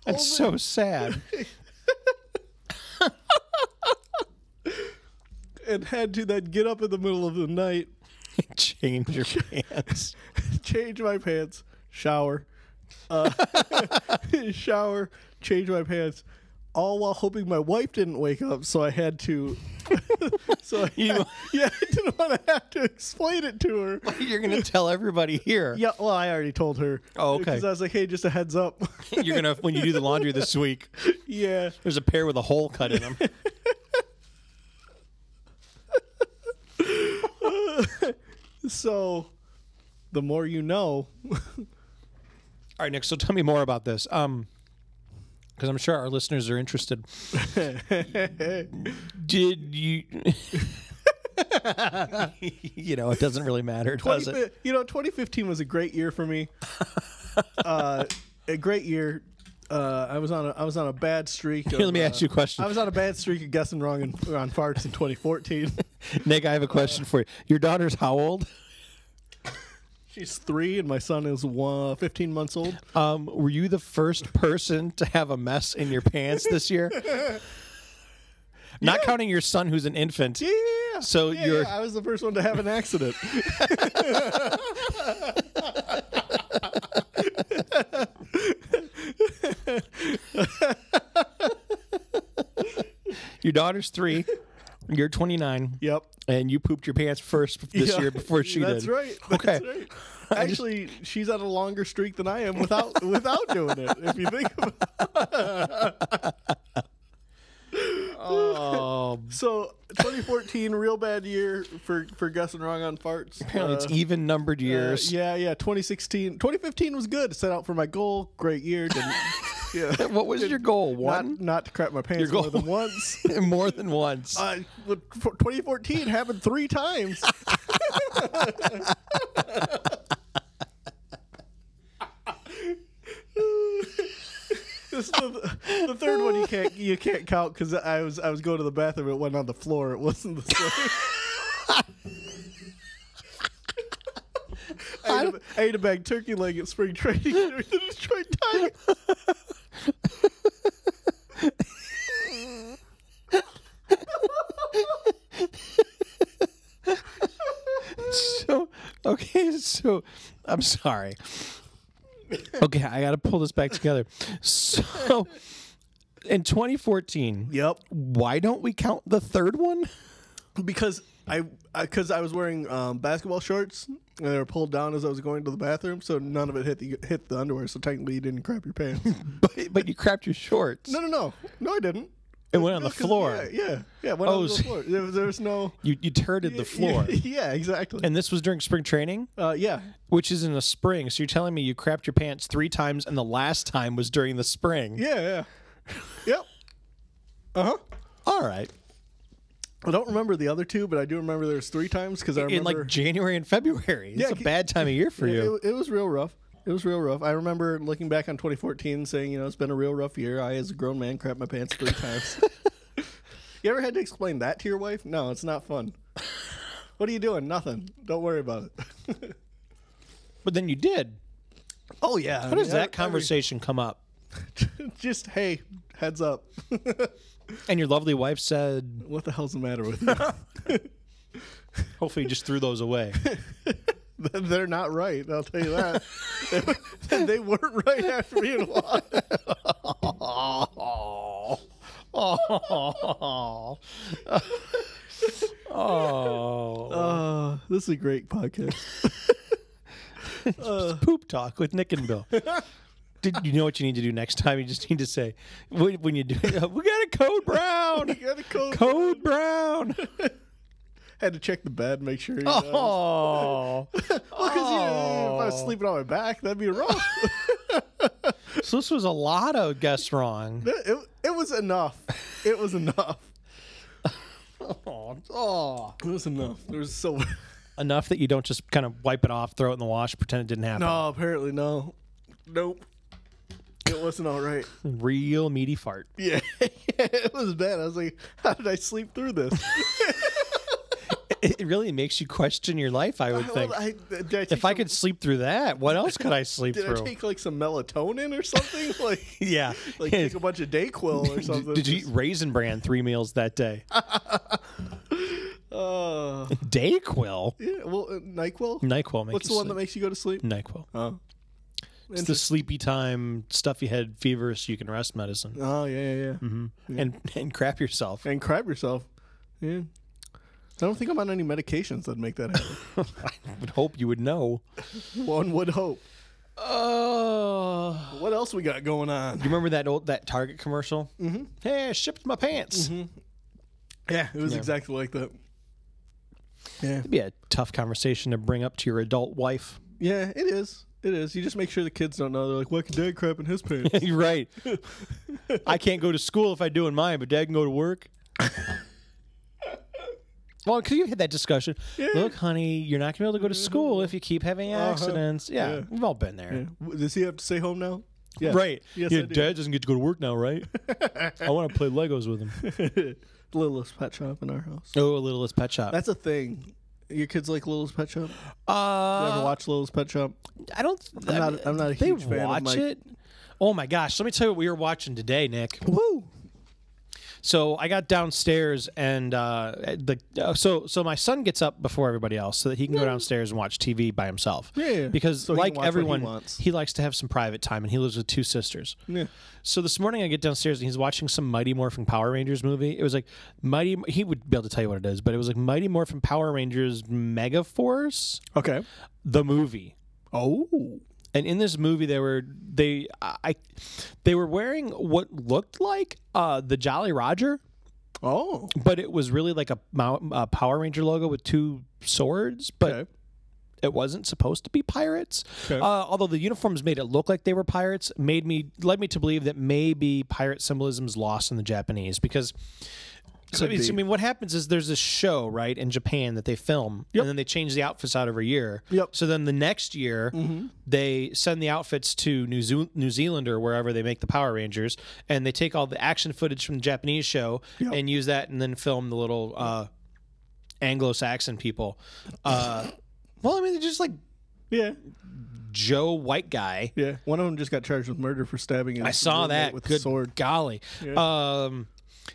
[SPEAKER 2] That's so sad.
[SPEAKER 3] and had to then get up in the middle of the night
[SPEAKER 2] *laughs* Change your pants.
[SPEAKER 3] change my pants, shower, uh, *laughs* shower, change my pants, all while hoping my wife didn't wake up. So I had to. *laughs* so I,
[SPEAKER 2] *laughs*
[SPEAKER 3] yeah, I didn't want to have to explain it to her.
[SPEAKER 2] *laughs* You're gonna tell everybody here.
[SPEAKER 3] Yeah, well, I already told her.
[SPEAKER 2] Oh, okay.
[SPEAKER 3] Because I was like, hey, just a heads up.
[SPEAKER 2] *laughs*
[SPEAKER 3] *laughs*
[SPEAKER 2] You're gonna when you do the laundry this week.
[SPEAKER 3] yeah.
[SPEAKER 2] There's a pair with a hole cut in them.
[SPEAKER 3] So the more you know,
[SPEAKER 2] All right, Nick. So tell me more about this. Um, because I'm sure our listeners are
[SPEAKER 3] *laughs*
[SPEAKER 2] interested. Did you? *laughs* you know, it doesn't really matter, does
[SPEAKER 3] 20
[SPEAKER 2] it?
[SPEAKER 3] You know, 2015 was a great year
[SPEAKER 2] *laughs*
[SPEAKER 3] for me. uh, a great year. Uh, I was on a I was on a bad
[SPEAKER 2] *laughs*
[SPEAKER 3] streak.
[SPEAKER 2] Here,
[SPEAKER 3] of,
[SPEAKER 2] let me
[SPEAKER 3] uh,
[SPEAKER 2] ask you a question.
[SPEAKER 3] I was on a bad streak of guessing wrong in, on farts
[SPEAKER 2] *laughs*
[SPEAKER 3] in 2014.
[SPEAKER 2] Nick, I have a question for you. Your daughter's how old?
[SPEAKER 3] She's three, and my son is one, 15 months old.
[SPEAKER 2] Um, were you the first person to have a mess in your pants this year? Not counting your son, who's an infant.
[SPEAKER 3] Yeah.
[SPEAKER 2] So
[SPEAKER 3] yeah,
[SPEAKER 2] you're-
[SPEAKER 3] yeah, I was the first one to have an accident. *laughs*
[SPEAKER 2] Your daughter's three. You're 29,
[SPEAKER 3] yep.
[SPEAKER 2] and you pooped your pants first this
[SPEAKER 3] Yeah.
[SPEAKER 2] year before she
[SPEAKER 3] That's
[SPEAKER 2] did.
[SPEAKER 3] Right.
[SPEAKER 2] Okay. *laughs*
[SPEAKER 3] That's right. Actually, she's on a longer streak than I am without without doing it. If you think about it.
[SPEAKER 2] Oh,
[SPEAKER 3] *laughs* So 2014, real bad year for for guessing wrong on farts.
[SPEAKER 2] apparently it's even numbered
[SPEAKER 3] Uh,
[SPEAKER 2] years.
[SPEAKER 3] yeah, yeah. 2016, 2015 was good. Set out for my goal. Great
[SPEAKER 2] *laughs*
[SPEAKER 3] year. Didn't, yeah.
[SPEAKER 2] What was your goal?
[SPEAKER 3] Not,
[SPEAKER 2] One
[SPEAKER 3] not to crap my pants
[SPEAKER 2] goal-
[SPEAKER 3] more than once.
[SPEAKER 2] *laughs* more than once. *laughs*
[SPEAKER 3] Uh, with- for 2014 happened three times. this is the, the third one you can't you can't count because I was I was going to the bathroom. It went on the floor. It wasn't the *laughs* same. I ate, a, I ate a bag turkey leg at spring training during the Detroit Tigers.
[SPEAKER 2] Okay, so I'm sorry. Okay, I got to pull this back together. So in 2014,
[SPEAKER 3] Yep.
[SPEAKER 2] why don't we count the third one? *laughs*
[SPEAKER 3] because I because I, was wearing um, basketball shorts and they were pulled down as I was going to the bathroom, so none of it hit the hit the underwear. So technically, you didn't crap
[SPEAKER 2] *laughs*
[SPEAKER 3] your pants.
[SPEAKER 2] But, but you crapped your shorts.
[SPEAKER 3] no, no, no, no, I didn't.
[SPEAKER 2] It went on the
[SPEAKER 3] 'cause-
[SPEAKER 2] floor.
[SPEAKER 3] Yeah, yeah, yeah it went
[SPEAKER 2] Oh,
[SPEAKER 3] on
[SPEAKER 2] so-
[SPEAKER 3] the floor. There was, there was no
[SPEAKER 2] You you turded *laughs* the floor.
[SPEAKER 3] *laughs* Yeah, exactly.
[SPEAKER 2] And this was during spring training,
[SPEAKER 3] uh, yeah,
[SPEAKER 2] which is in the spring. So you're telling me you crapped your pants 3 times and the last time was during the spring.
[SPEAKER 3] yeah, yeah, yep. Uh huh.
[SPEAKER 2] All right.
[SPEAKER 3] I don't remember the other two, but I do remember there was three times because I remember
[SPEAKER 2] In like January and February. It's
[SPEAKER 3] Yeah,
[SPEAKER 2] a
[SPEAKER 3] c-
[SPEAKER 2] bad time of year for
[SPEAKER 3] Yeah,
[SPEAKER 2] you.
[SPEAKER 3] It, it was real rough. It was real rough. I remember looking back on 2014 saying, you know, it's been a real rough year. I, as a grown man, crap my pants three *laughs* times. you ever had to explain that to your wife? No, it's not fun. what are you doing? Nothing. Don't worry about it.
[SPEAKER 2] But then you did.
[SPEAKER 3] Oh, yeah.
[SPEAKER 2] How does that conversation come up?
[SPEAKER 3] *laughs* Just, hey, heads up. *laughs*
[SPEAKER 2] And your lovely wife said,
[SPEAKER 3] what the hell's the matter with *laughs* you?
[SPEAKER 2] hopefully you just threw those
[SPEAKER 3] *laughs*
[SPEAKER 2] away.
[SPEAKER 3] They're not right. I'll tell you that. *laughs* they weren't right after being lost. *laughs*
[SPEAKER 2] oh. oh.
[SPEAKER 3] Uh, this is a great podcast.
[SPEAKER 2] Poop talk with Nick and Bill. Did you know what you need to do next time? You just need to say, when, when you do *laughs* it, we got a code brown.
[SPEAKER 3] *laughs* *laughs* You got a cold.
[SPEAKER 2] Code brown.
[SPEAKER 3] *laughs* Had to check the bed, make sure. You know.
[SPEAKER 2] Oh.
[SPEAKER 3] Well, because if I was sleeping on my back, that'd *laughs* be rough.
[SPEAKER 2] So this was a lot of guess wrong.
[SPEAKER 3] it, it was enough. It was *laughs* enough.
[SPEAKER 2] Oh, oh.
[SPEAKER 3] It was enough. There was so
[SPEAKER 2] Enough that you don't just kind of wipe it off, throw it in the wash, pretend it didn't happen.
[SPEAKER 3] *laughs* no. Apparently, no. Nope. It wasn't all *laughs* right.
[SPEAKER 2] Real meaty fart. *laughs*
[SPEAKER 3] Yeah, *laughs* it was bad. I was like, how did I sleep through *laughs* this?
[SPEAKER 2] It really makes you question your life, I would
[SPEAKER 3] *laughs*
[SPEAKER 2] think.
[SPEAKER 3] I, did I take
[SPEAKER 2] if I
[SPEAKER 3] some-
[SPEAKER 2] could sleep through that, what else could I sleep
[SPEAKER 3] did
[SPEAKER 2] through?
[SPEAKER 3] I take like some melatonin or something? *laughs* Like,
[SPEAKER 2] yeah.
[SPEAKER 3] *laughs* like take a bunch of Dayquil *laughs* or something.
[SPEAKER 2] Did you eat Raisin Bran three meals that
[SPEAKER 3] *laughs*
[SPEAKER 2] day?
[SPEAKER 3] Uh,
[SPEAKER 2] Dayquil?
[SPEAKER 3] yeah. Well, uh,
[SPEAKER 2] NyQuil
[SPEAKER 3] Nyquil.
[SPEAKER 2] makes
[SPEAKER 3] What's the
[SPEAKER 2] you
[SPEAKER 3] one that
[SPEAKER 2] sleep.
[SPEAKER 3] makes you go to sleep?
[SPEAKER 2] NyQuil.
[SPEAKER 3] Oh.
[SPEAKER 2] It's the sleepy time, stuffy head, feverish, you can rest medicine.
[SPEAKER 3] Oh yeah, yeah, yeah.
[SPEAKER 2] Mm-hmm. And, and crap yourself.
[SPEAKER 3] and crab yourself. Yeah. I don't think I'm on any medications that make that happen.
[SPEAKER 2] *laughs* I would hope you would know.
[SPEAKER 3] One would hope.
[SPEAKER 2] Oh.
[SPEAKER 3] What else we got going on?
[SPEAKER 2] You remember that old that Target commercial? Mm-hmm. Hey, I shipped my pants.
[SPEAKER 3] Mm-hmm. Yeah, *laughs* it was exactly like that. Yeah.
[SPEAKER 2] It'd be a tough conversation to bring up to your adult wife.
[SPEAKER 3] Yeah, it is. It is. You just make sure the kids don't know. They're like, why could dad crap in
[SPEAKER 2] *laughs*
[SPEAKER 3] his pants?
[SPEAKER 2] You're right. I can't go to school if I do in mine, but dad can go to
[SPEAKER 3] *laughs*
[SPEAKER 2] work. well, because you had that discussion. Look, honey, you're not going to be able to go to school if you keep having accidents. Yeah,
[SPEAKER 3] Mm-hmm. Uh-huh. Yeah.
[SPEAKER 2] we've all been there.
[SPEAKER 3] W- Does he have to stay home now? Yeah.
[SPEAKER 2] Right.
[SPEAKER 3] Yes,
[SPEAKER 2] yeah,
[SPEAKER 3] I do. *laughs*
[SPEAKER 2] dad doesn't get to go to work now, right? I want to play Legos with him.
[SPEAKER 3] Littlest pet shop in our house.
[SPEAKER 2] Oh, a littlest pet shop.
[SPEAKER 3] That's a thing. Your kids like Little's Pet Shop? You
[SPEAKER 2] uh,
[SPEAKER 3] ever watch Little's Pet Shop?
[SPEAKER 2] I don't. I'm
[SPEAKER 3] not- I'm not a
[SPEAKER 2] they
[SPEAKER 3] huge fan of
[SPEAKER 2] watch
[SPEAKER 3] Mike.
[SPEAKER 2] it. Oh my gosh! Let me tell you what we were watching today, Nick.
[SPEAKER 3] Woo!
[SPEAKER 2] So I got downstairs and uh, the uh, so so my son gets up before everybody else so that he can go downstairs and watch TV by himself.
[SPEAKER 3] Yeah, yeah.
[SPEAKER 2] Because
[SPEAKER 3] So he can
[SPEAKER 2] like
[SPEAKER 3] watch what he
[SPEAKER 2] everyone,
[SPEAKER 3] wants.
[SPEAKER 2] he likes to have some private time, and he lives with two sisters.
[SPEAKER 3] Yeah.
[SPEAKER 2] So this morning I get downstairs and he's watching some Mighty Morphin Power Rangers movie. It was like Mighty. He would be able to tell you what it is, but it was like Mighty Morphin Power Rangers Mega Force,
[SPEAKER 3] Okay.
[SPEAKER 2] the movie
[SPEAKER 3] Oh.
[SPEAKER 2] and in this movie they were they I they were wearing what looked like uh, the Jolly Roger,
[SPEAKER 3] Oh.
[SPEAKER 2] but it was really like a, Mou- a Power Ranger logo with two swords, but
[SPEAKER 3] Okay.
[SPEAKER 2] it wasn't supposed to be pirates.
[SPEAKER 3] Okay.
[SPEAKER 2] Uh, although the uniforms made it look like they were pirates, made me led me to believe that maybe pirate symbolism is lost in the Japanese because. So
[SPEAKER 3] Could
[SPEAKER 2] it's, I
[SPEAKER 3] be.
[SPEAKER 2] mean, what happens is there's this show right in Japan that they film, and then they change the outfits out every year.
[SPEAKER 3] Yep.
[SPEAKER 2] So then the next year they send the outfits to New, Zeal New Zealand or wherever they make the Power Rangers, and they take all the action footage from the Japanese show and use that, and then film the little uh, Anglo-Saxon people. Uh, well, I mean, they're just like
[SPEAKER 3] Yeah.
[SPEAKER 2] Joe White guy.
[SPEAKER 3] Yeah, one of them just got charged with murder for stabbing. His
[SPEAKER 2] I saw that.
[SPEAKER 3] with a
[SPEAKER 2] Good
[SPEAKER 3] sword.
[SPEAKER 2] golly. Um,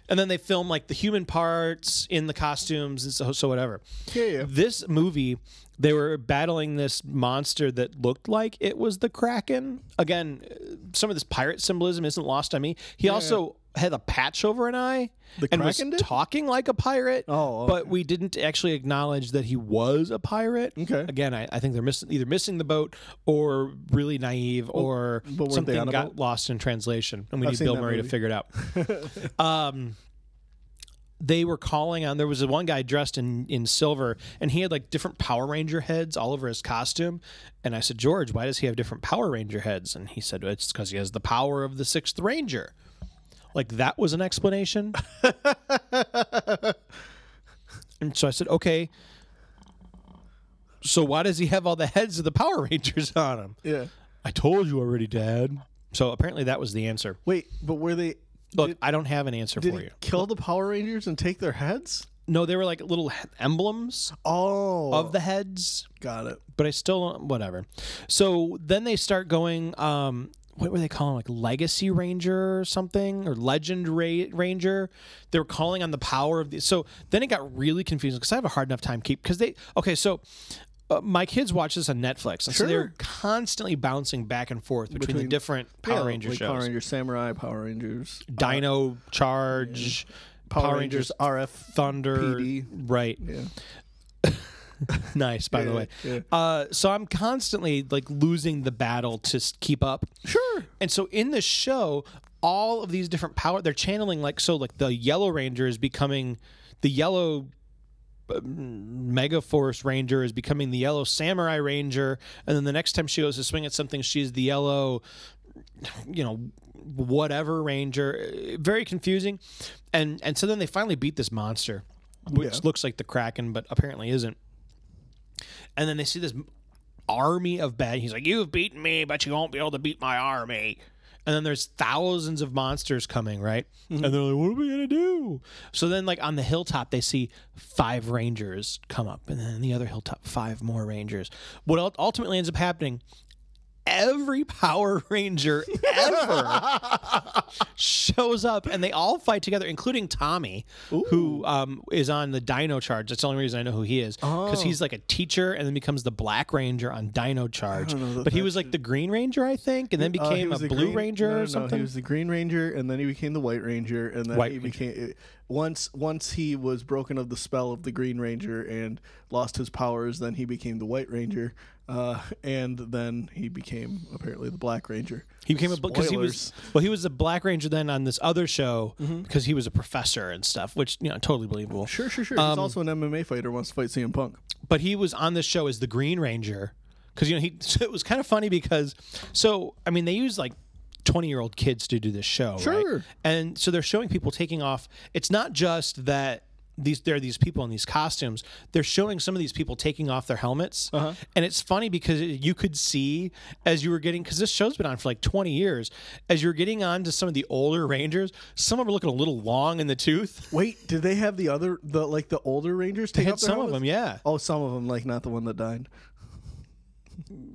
[SPEAKER 2] and then they film like the human parts in the costumes and so so whatever.
[SPEAKER 3] Yeah, yeah.
[SPEAKER 2] This movie, they were battling this monster that looked like it was the Kraken. Again, uh, some of this pirate symbolism isn't lost on me. He also had a patch over an eye
[SPEAKER 3] The
[SPEAKER 2] and was
[SPEAKER 3] Kraken did?
[SPEAKER 2] talking like a pirate.
[SPEAKER 3] Oh,
[SPEAKER 2] but we didn't actually acknowledge that he was a pirate.
[SPEAKER 3] Okay.
[SPEAKER 2] Again, I, I think they're missing either missing the boat or really naive or
[SPEAKER 3] but weren't they
[SPEAKER 2] something
[SPEAKER 3] on a
[SPEAKER 2] got
[SPEAKER 3] boat?
[SPEAKER 2] lost in translation, and we
[SPEAKER 3] I've
[SPEAKER 2] need
[SPEAKER 3] seen
[SPEAKER 2] Bill
[SPEAKER 3] that
[SPEAKER 2] Murray to
[SPEAKER 3] movie.
[SPEAKER 2] figure it out. um,
[SPEAKER 3] *laughs*
[SPEAKER 2] they were calling on. There was one guy dressed in in silver, and he had like different Power Ranger heads all over his costume. And I said, George, why does he have different Power Ranger heads? And he said, it's because he has the power of the Sixth Ranger. Like that was an
[SPEAKER 3] *laughs*
[SPEAKER 2] explanation. and so I said, okay. So why does he have all the heads of the Power Rangers on him?
[SPEAKER 3] Yeah.
[SPEAKER 2] I told you already, Dad. So apparently that was the answer.
[SPEAKER 3] Wait, but were they?
[SPEAKER 2] Look, I don't have an answer
[SPEAKER 3] Did
[SPEAKER 2] for
[SPEAKER 3] he
[SPEAKER 2] you.
[SPEAKER 3] kill the Power Rangers and take their heads?
[SPEAKER 2] No, they were like little he- emblems
[SPEAKER 3] Oh,
[SPEAKER 2] of the heads,
[SPEAKER 3] got it.
[SPEAKER 2] but I still whatever. So then they start going. Um, what were they calling like Legacy Ranger or something or Legend Ra- Ranger? They were calling on the power of the. So then it got really confusing because I have a hard enough time keep because they okay so. Uh, my kids watch this on Netflix, and so they're
[SPEAKER 3] Sure.
[SPEAKER 2] constantly bouncing back and forth between, the
[SPEAKER 3] Between-
[SPEAKER 2] different Power
[SPEAKER 3] Yeah,
[SPEAKER 2] Ranger
[SPEAKER 3] like
[SPEAKER 2] shows.
[SPEAKER 3] Power Rangers Samurai, Power Rangers, Uh,
[SPEAKER 2] Dino Charge, Power, Rangers,
[SPEAKER 3] RF.
[SPEAKER 2] Thunder,
[SPEAKER 3] PD.
[SPEAKER 2] right?
[SPEAKER 3] Yeah.
[SPEAKER 2] *laughs* Nice, by the
[SPEAKER 3] Yeah,
[SPEAKER 2] way.
[SPEAKER 3] yeah.
[SPEAKER 2] Uh, so I'm constantly like losing the battle to s- keep up.
[SPEAKER 3] Sure.
[SPEAKER 2] And so in this show, all of these different power they're channeling like so like the Yellow Ranger is becoming the Yellow um, Mega Force Ranger is becoming the Yellow Samurai Ranger, and then the next time she goes to swing at something, she's the Yellow, you know, whatever Ranger. Uh, Very confusing, and and so then they finally beat this monster, which
[SPEAKER 3] Yeah.
[SPEAKER 2] looks like the Kraken, but apparently isn't. And then they see this army of bad. He's like, "You've beaten me, but you won't be able to beat my army." And then there's thousands of monsters coming, right? And they're like, "What are we gonna do?" So then, like on the hilltop, they see five rangers come up, and then on the other hilltop, five more rangers. What ul- ultimately ends up happening? Every Power Ranger ever shows up, and they all fight together, including Tommy, who um, is on the Dino Charge. That's the only reason I know who he is because
[SPEAKER 3] Oh.
[SPEAKER 2] he's like a teacher, and then becomes the Black Ranger on Dino Charge. But he was like the Green Ranger, I think, and then
[SPEAKER 3] Uh, he
[SPEAKER 2] became a
[SPEAKER 3] was the
[SPEAKER 2] Blue
[SPEAKER 3] Green-
[SPEAKER 2] Ranger
[SPEAKER 3] no, no,
[SPEAKER 2] or something.
[SPEAKER 3] No, he was the Green Ranger, and then he became the White Ranger, and then
[SPEAKER 2] White
[SPEAKER 3] he
[SPEAKER 2] Ranger.
[SPEAKER 3] became once once he was broken of the spell of the Green Ranger and lost his powers. Then he became the White Ranger, uh, and then he became apparently the Black Ranger.
[SPEAKER 2] He became a because he was well, he was a Black Ranger then on this other show
[SPEAKER 3] Mm-hmm.
[SPEAKER 2] because he was a professor and stuff, which you know totally believable.
[SPEAKER 3] sure, sure, sure.
[SPEAKER 2] Um,
[SPEAKER 3] He's also an MMA fighter. Wants to fight CM Punk.
[SPEAKER 2] But he was on this show as the Green Ranger because you know he. *laughs* So it was kind of funny because so I mean they use like. 20 year old kids to do this show. Right?
[SPEAKER 3] Sure.
[SPEAKER 2] And so they're showing people taking off. It's not just that these there are these people in these costumes. They're showing some of these people taking off their helmets,
[SPEAKER 3] Uh-huh.
[SPEAKER 2] and it's funny because you could see as you were getting because this show's been on for like twenty years. As you're getting on to some of the older Rangers, some of them are looking a little long in the tooth.
[SPEAKER 3] Wait, did they have the other the like the older Rangers take
[SPEAKER 2] They
[SPEAKER 3] off
[SPEAKER 2] had
[SPEAKER 3] their
[SPEAKER 2] some of
[SPEAKER 3] helmets?
[SPEAKER 2] them, yeah.
[SPEAKER 3] Oh, some of them, like not the one that died,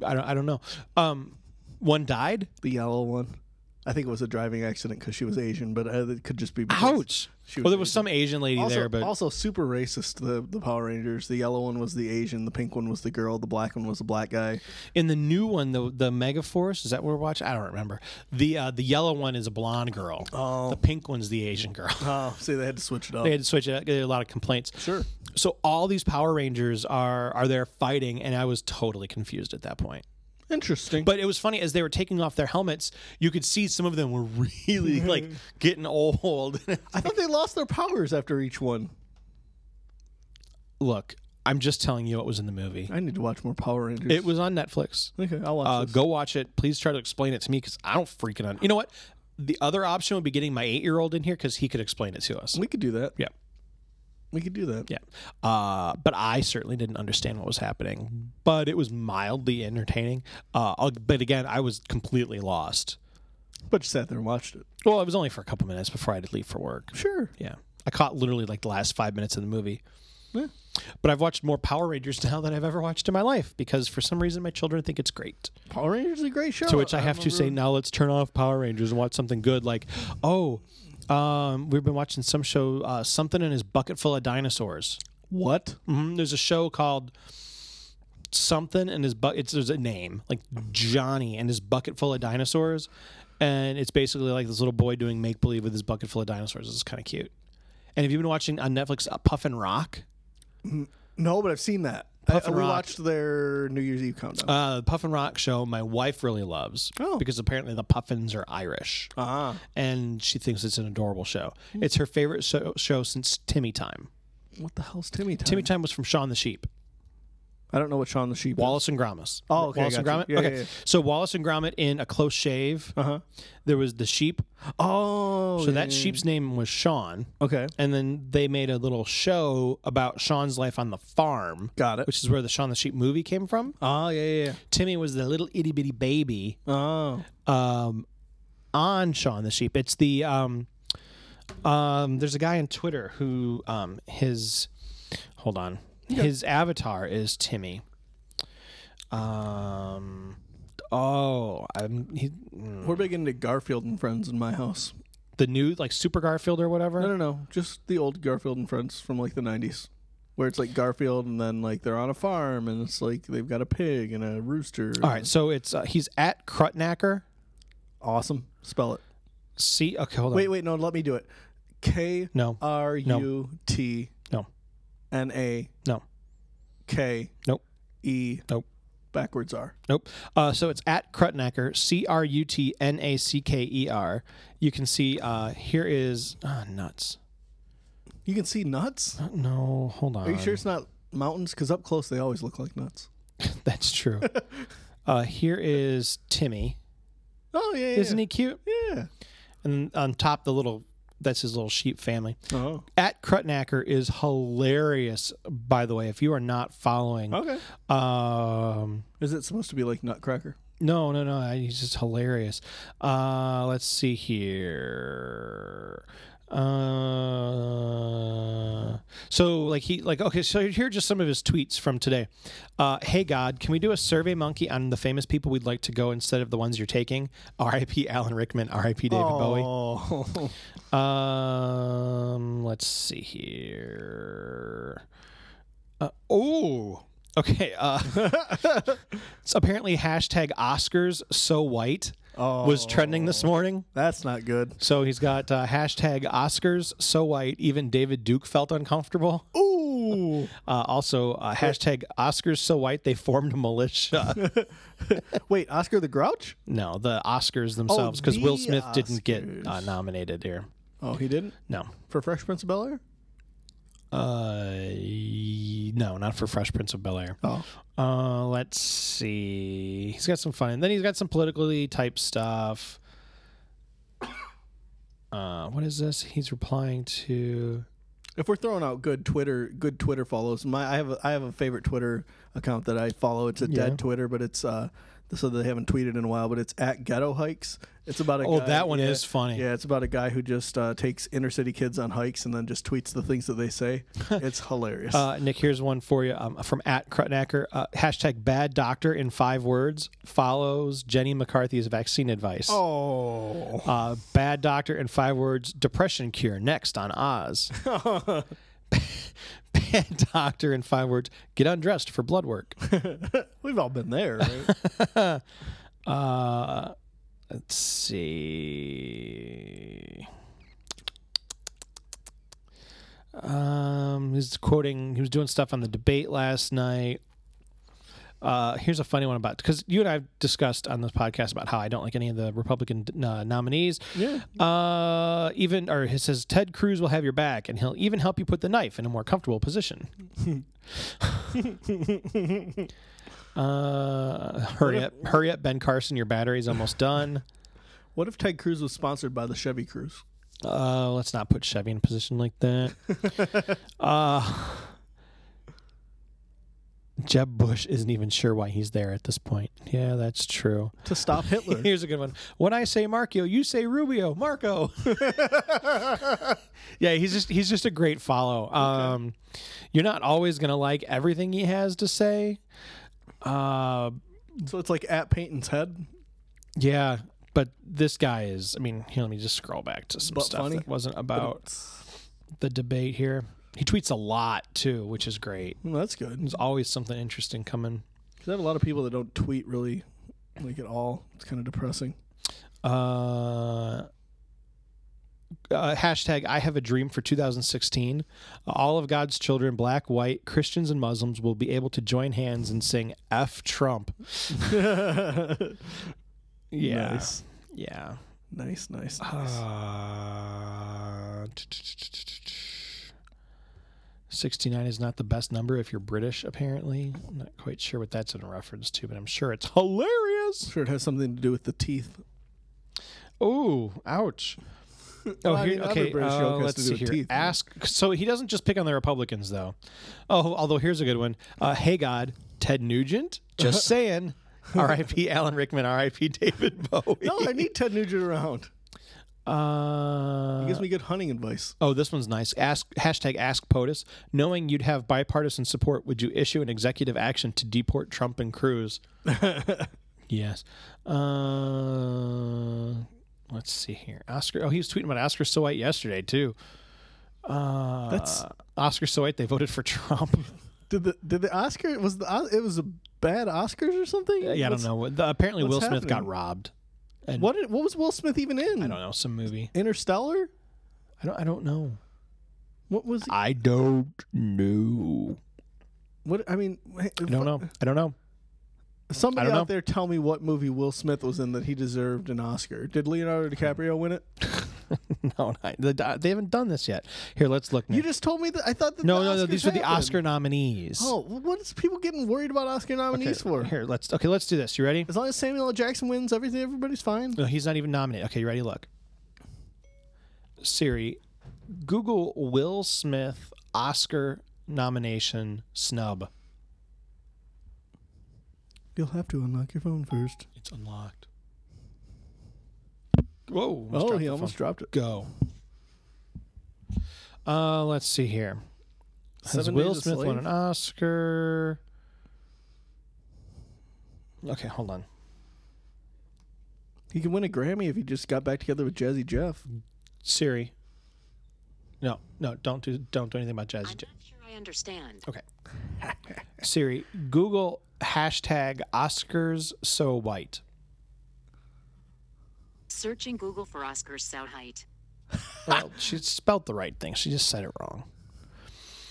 [SPEAKER 2] I don't I don't know. Um, one died.
[SPEAKER 3] the yellow one. I think it was a driving accident because she was Asian, but uh, it could just be. because
[SPEAKER 2] Ouch.
[SPEAKER 3] She was
[SPEAKER 2] well, there was
[SPEAKER 3] Asian.
[SPEAKER 2] some Asian lady
[SPEAKER 3] also,
[SPEAKER 2] there, but
[SPEAKER 3] also super racist. The the Power Rangers. The yellow one was the Asian. The pink one was the girl. The black one was the black guy.
[SPEAKER 2] in the new one, the the Mega Force is that what we're watching? I don't remember. The uh, the yellow one is a blonde girl. Oh. The pink one's the Asian girl.
[SPEAKER 3] Oh, *laughs* see, they had to switch it
[SPEAKER 2] *laughs*
[SPEAKER 3] up.
[SPEAKER 2] they had to switch it. out. They had a lot of complaints.
[SPEAKER 3] sure.
[SPEAKER 2] So all these Power Rangers are are there fighting, and I was totally confused at that point.
[SPEAKER 3] Interesting.
[SPEAKER 2] But it was funny as they were taking off their helmets, you could see some of them were *laughs* really
[SPEAKER 3] *laughs*
[SPEAKER 2] like getting old. *laughs*
[SPEAKER 3] I thought they lost their powers after each one.
[SPEAKER 2] Look, I'm just telling you what was in the movie.
[SPEAKER 3] I need to watch more Power Rangers.
[SPEAKER 2] It was on Netflix.
[SPEAKER 3] okay. I'll watch
[SPEAKER 2] Uh,
[SPEAKER 3] this.
[SPEAKER 2] go watch it. Please try to explain it to me because I don't freaking on. You know what? The other option would be getting my eight year old in here because he could explain it to us.
[SPEAKER 3] We could do that.
[SPEAKER 2] Yeah.
[SPEAKER 3] We could do that.
[SPEAKER 2] Yeah. Uh, but I certainly didn't understand what was happening, but it was mildly entertaining. Uh, I'll- but again, I was completely lost.
[SPEAKER 3] But you sat there and watched it.
[SPEAKER 2] Well, it was only for a couple minutes before I had to leave for work.
[SPEAKER 3] Sure.
[SPEAKER 2] Yeah. I caught literally like the last five minutes of the movie.
[SPEAKER 3] Yeah.
[SPEAKER 2] But I've watched more Power Rangers *laughs* now than I've ever watched in my life because for some reason my children think it's great.
[SPEAKER 3] Power Rangers is a great show.
[SPEAKER 2] To which I have to say, now let's turn off Power Rangers and watch something good. Like, oh, Um, we've been watching some show, uh, something in his bucket full of dinosaurs.
[SPEAKER 3] What?
[SPEAKER 2] Mhm. There's a show called something in his bucket. It's there's a name like Johnny and his bucket full of dinosaurs, and it's basically like this little boy doing make believe with his bucket full of dinosaurs. It's kind of cute. And have you been watching on Netflix uh, Puff and Rock?
[SPEAKER 3] No, but I've seen that.
[SPEAKER 2] Puff
[SPEAKER 3] I-
[SPEAKER 2] and
[SPEAKER 3] we
[SPEAKER 2] Rock.
[SPEAKER 3] watched their New Year's Eve countdown.
[SPEAKER 2] Uh, Puff and Rock show. My wife really loves
[SPEAKER 3] Oh.
[SPEAKER 2] because apparently the Puffins are Irish,
[SPEAKER 3] ah,
[SPEAKER 2] and she thinks it's an adorable show.
[SPEAKER 3] Mm-hmm.
[SPEAKER 2] It's her favorite show, show since Timmy Time.
[SPEAKER 3] what the hell's Timmy time?
[SPEAKER 2] Timmy Time was from Shaun the Sheep.
[SPEAKER 3] I don't know what Shaun the Sheep. is.
[SPEAKER 2] Wallace and Gromit.
[SPEAKER 3] Oh, okay,
[SPEAKER 2] Wallace and
[SPEAKER 3] gotcha.
[SPEAKER 2] Gromit.
[SPEAKER 3] Yeah,
[SPEAKER 2] okay,
[SPEAKER 3] yeah, yeah.
[SPEAKER 2] so Wallace and Gromit in A Close Shave.
[SPEAKER 3] Uh-huh.
[SPEAKER 2] There was the sheep.
[SPEAKER 3] Oh,
[SPEAKER 2] So
[SPEAKER 3] yeah,
[SPEAKER 2] that
[SPEAKER 3] yeah,
[SPEAKER 2] sheep's name was Sean.
[SPEAKER 3] yeah. Okay,
[SPEAKER 2] And then they made a little show about Sean's life on the farm.
[SPEAKER 3] Got it.
[SPEAKER 2] Which is where the Sean the Sheep movie came from.
[SPEAKER 3] oh yeah, yeah,
[SPEAKER 2] Timmy was the little itty bitty baby
[SPEAKER 3] yeah. Oh,
[SPEAKER 2] on Sean the Sheep. It's the um, um, there's a guy on Twitter who um, his hold on his avatar is Timmy. Um, oh, I'm he,
[SPEAKER 3] we're big into Garfield and Friends in my house.
[SPEAKER 2] the new like Super Garfield or whatever.
[SPEAKER 3] No, no, no, just the old Garfield and Friends from like the '90s, where it's like Garfield and then like they're on a farm and it's like they've got a pig and a rooster.
[SPEAKER 2] All right, so it's uh, he's at Krutnacker.
[SPEAKER 3] awesome. Spell it.
[SPEAKER 2] See, okay, hold on.
[SPEAKER 3] Wait, wait, no, let me do it. K
[SPEAKER 2] No.
[SPEAKER 3] R U T
[SPEAKER 2] No,
[SPEAKER 3] N A
[SPEAKER 2] no,
[SPEAKER 3] K
[SPEAKER 2] nope,
[SPEAKER 3] E
[SPEAKER 2] nope,
[SPEAKER 3] backwards R.
[SPEAKER 2] nope. Uh, so it's at Krutnacker, C R U T N A C K E R. You can see uh, here is ah, nuts. Uh,
[SPEAKER 3] You can see nuts.
[SPEAKER 2] No, hold on.
[SPEAKER 3] Are you sure it's not mountains? Because up close they always look like nuts.
[SPEAKER 2] *laughs* That's true. uh, here is Timmy.
[SPEAKER 3] Oh yeah, yeah
[SPEAKER 2] Isn't he cute?
[SPEAKER 3] he? Yeah.
[SPEAKER 2] And on top, the little that's his little sheep family.
[SPEAKER 3] Oh.
[SPEAKER 2] At Krutnacker is hilarious, by the way, if you are not following.
[SPEAKER 3] Okay.
[SPEAKER 2] Um,
[SPEAKER 3] Is it supposed to be like Nutcracker? *laughs*
[SPEAKER 2] no, no, no. I- He's just hilarious. Uh, let's see here. Uh, so like he like okay. So here are just some of his tweets from today. Uh, hey God, can we do a Survey Monkey on the famous people we'd like to go instead of the ones you're taking? R.I.P. Alan Rickman. R.I.P. David Bowie.
[SPEAKER 3] Oh.
[SPEAKER 2] Um, let's see here. Uh, oh, okay. Uh, *laughs* it's apparently hashtag Oscars so white was trending this
[SPEAKER 3] Oh.
[SPEAKER 2] morning.
[SPEAKER 3] That's not good.
[SPEAKER 2] So he's got uh, hashtag Oscars so white. Even David Duke felt uncomfortable.
[SPEAKER 3] Ooh.
[SPEAKER 2] Uh, also uh, hashtag Oscars so white. They formed a
[SPEAKER 3] *laughs*
[SPEAKER 2] militia.
[SPEAKER 3] Wait, Oscar the Grouch?
[SPEAKER 2] no, the Oscars themselves because
[SPEAKER 3] Oh, the
[SPEAKER 2] Will Smith didn't get uh,
[SPEAKER 3] Oscars.
[SPEAKER 2] nominated here.
[SPEAKER 3] Oh, he didn't
[SPEAKER 2] No.
[SPEAKER 3] for Fresh Prince of Bel Air.
[SPEAKER 2] Uh, no, not for Fresh Prince of Bel Air.
[SPEAKER 3] Oh.
[SPEAKER 2] Uh, let's see. He's got some fun. And then he's got some politically type stuff. *coughs* Uh, what is this? He's replying to.
[SPEAKER 3] If we're throwing out good Twitter, good Twitter follows. My, I have, a, I have a favorite Twitter account that I follow. It's a
[SPEAKER 2] Yeah.
[SPEAKER 3] dead Twitter, but it's uh, so they haven't tweeted in a while. But it's at Ghetto Hikes. It's about a
[SPEAKER 2] Oh,
[SPEAKER 3] guy-
[SPEAKER 2] that one
[SPEAKER 3] yeah.
[SPEAKER 2] is funny.
[SPEAKER 3] Yeah, it's about a guy who just uh, takes inner city kids on hikes and then just tweets the things that
[SPEAKER 2] *laughs*
[SPEAKER 3] they say. it's hilarious.
[SPEAKER 2] Uh, Nick, here's one for you um, from at Krutnacker. Uh, hashtag bad doctor in five words follows Jenny McCarthy's vaccine advice.
[SPEAKER 3] oh,
[SPEAKER 2] Uh, bad doctor in five words depression cure next on
[SPEAKER 3] *laughs*
[SPEAKER 2] Oz. *laughs* bad doctor in five words get undressed for blood work.
[SPEAKER 3] we've all been there.
[SPEAKER 2] *laughs*
[SPEAKER 3] Right?
[SPEAKER 2] Let's see. Um, he's quoting. He was doing stuff on the debate last night. Uh, here's a funny one about because you and I've discussed on this podcast about how I don't like any of the Republican uh, nominees.
[SPEAKER 3] Yeah.
[SPEAKER 2] Uh, even or he says Ted Cruz will have your back, and he'll even help you put the knife in a more comfortable position. uh, hurry up, hurry up, Ben Carson, your battery's almost done.
[SPEAKER 3] what if Ted Cruz was sponsored by the Chevy Cruise?
[SPEAKER 2] Uh, let's not put Chevy in a position like that.
[SPEAKER 3] *laughs*
[SPEAKER 2] uh, Jeb Bush isn't even sure why he's there at this point. Yeah, that's true.
[SPEAKER 3] to
[SPEAKER 2] *laughs*
[SPEAKER 3] stop Hitler.
[SPEAKER 2] Here's a good one. When I say Marcio, you say Rubio.
[SPEAKER 3] *laughs*
[SPEAKER 2] Marco. *laughs* yeah, he's just he's just a great follow. Um, you're not always gonna like everything he has to say. Uh,
[SPEAKER 3] so it's like at Payton's head.
[SPEAKER 2] yeah, But this guy is. I mean, here, let me just scroll back to some
[SPEAKER 3] But
[SPEAKER 2] stuff
[SPEAKER 3] funny.
[SPEAKER 2] that wasn't about the debate here. He tweets a lot too, which is great.
[SPEAKER 3] Well, that's good.
[SPEAKER 2] There's always something interesting coming.
[SPEAKER 3] Because I have a lot of people that don't tweet really, like at all. It's kind of depressing.
[SPEAKER 2] uh, uh, hashtag I have a dream for 2016. All of God's children, black, white, Christians, and Muslims, will be able to join hands and sing F Trump. Yeah.
[SPEAKER 3] Nice,
[SPEAKER 2] Yeah.
[SPEAKER 3] nice, nice. nice.
[SPEAKER 2] Ah. Uh, 69 is not the best number if you're British, apparently. I'm not quite sure what that's in reference to, but I'm sure it's hilarious.
[SPEAKER 3] sure, it has something to do with the teeth.
[SPEAKER 2] Ooh,
[SPEAKER 3] *laughs*
[SPEAKER 2] ouch. Oh,
[SPEAKER 3] I
[SPEAKER 2] here,
[SPEAKER 3] mean, other
[SPEAKER 2] okay.
[SPEAKER 3] British
[SPEAKER 2] uh,
[SPEAKER 3] joke has
[SPEAKER 2] let's
[SPEAKER 3] to do
[SPEAKER 2] see
[SPEAKER 3] with
[SPEAKER 2] here.
[SPEAKER 3] teeth, right?
[SPEAKER 2] Ask. So he doesn't just pick on the Republicans, though. Oh, although here's a good one. Uh, hey, God, Ted Nugent.
[SPEAKER 3] *laughs*
[SPEAKER 2] Just saying. R.I.P. Alan Rickman. R.I.P. David
[SPEAKER 3] *laughs*
[SPEAKER 2] Bowie.
[SPEAKER 3] No, I need Ted Nugent around.
[SPEAKER 2] Uh,
[SPEAKER 3] He gives me good hunting advice. *laughs*
[SPEAKER 2] Oh, this one's nice. Ask hashtag Ask POTUS. Knowing you'd have bipartisan support, would you issue an executive action to deport Trump and Cruz? yes. Uh, let's see here. Oscar. Oh, he was tweeting about Oscar So White yesterday too. Uh,
[SPEAKER 3] That's-
[SPEAKER 2] Oscar So White. They voted for *laughs* Trump.
[SPEAKER 3] Did the did the Oscar was the Os- it was a bad Oscars or something?
[SPEAKER 2] yeah, I don't
[SPEAKER 3] What's-
[SPEAKER 2] know. what- the- apparently, Will
[SPEAKER 3] what's
[SPEAKER 2] Smith got
[SPEAKER 3] happening?
[SPEAKER 2] robbed. And
[SPEAKER 3] What did, what was Will Smith even in?
[SPEAKER 2] I don't know. Some movie.
[SPEAKER 3] Interstellar.
[SPEAKER 2] I don't. I don't know.
[SPEAKER 3] What was he-
[SPEAKER 2] I don't know.
[SPEAKER 3] what? I mean, I
[SPEAKER 2] I don't know. I don't know.
[SPEAKER 3] Somebody
[SPEAKER 2] I
[SPEAKER 3] out
[SPEAKER 2] don't know.
[SPEAKER 3] there, tell me what movie Will Smith was in that he deserved an Oscar. Did Leonardo DiCaprio win it?
[SPEAKER 2] *laughs* No, I- the- uh, they haven't done this yet. Here, let's look.
[SPEAKER 3] You
[SPEAKER 2] Nick.
[SPEAKER 3] just told me that. I thought that
[SPEAKER 2] no,
[SPEAKER 3] the
[SPEAKER 2] no, no.
[SPEAKER 3] Oscars
[SPEAKER 2] These were the
[SPEAKER 3] happened.
[SPEAKER 2] Oscar nominees.
[SPEAKER 3] Oh, well, what is people getting worried about Oscar
[SPEAKER 2] okay.
[SPEAKER 3] nominees for?
[SPEAKER 2] Here, let's. Okay, let's do this. You ready?
[SPEAKER 3] As long as Samuel L. Jackson wins, everything, everybody's fine.
[SPEAKER 2] No, he's not even nominated. Okay, you ready? Look. Siri, Google Will Smith Oscar nomination snub.
[SPEAKER 3] You'll have to unlock your phone first.
[SPEAKER 2] It's unlocked. Whoa! almost
[SPEAKER 3] Oh,
[SPEAKER 2] dropped
[SPEAKER 3] he
[SPEAKER 2] the
[SPEAKER 3] almost
[SPEAKER 2] phone.
[SPEAKER 3] dropped it.
[SPEAKER 2] Go. Uh, let's see here. Has
[SPEAKER 3] Seven
[SPEAKER 2] Will
[SPEAKER 3] Days a
[SPEAKER 2] Smith won
[SPEAKER 3] Slave?
[SPEAKER 2] an Oscar? Okay, hold on.
[SPEAKER 3] He can win a Grammy if he just got back together with Jazzy Jeff.
[SPEAKER 2] Siri. No, no, don't do don't do anything about Jazzy
[SPEAKER 4] I'm
[SPEAKER 2] Jeff.
[SPEAKER 4] not sure I understand.
[SPEAKER 2] Okay. *laughs* Siri, Google hashtag Oscars so white.
[SPEAKER 4] Searching Google for Oscar Sauhite.
[SPEAKER 2] Well, she spelled the right thing. She just said it wrong.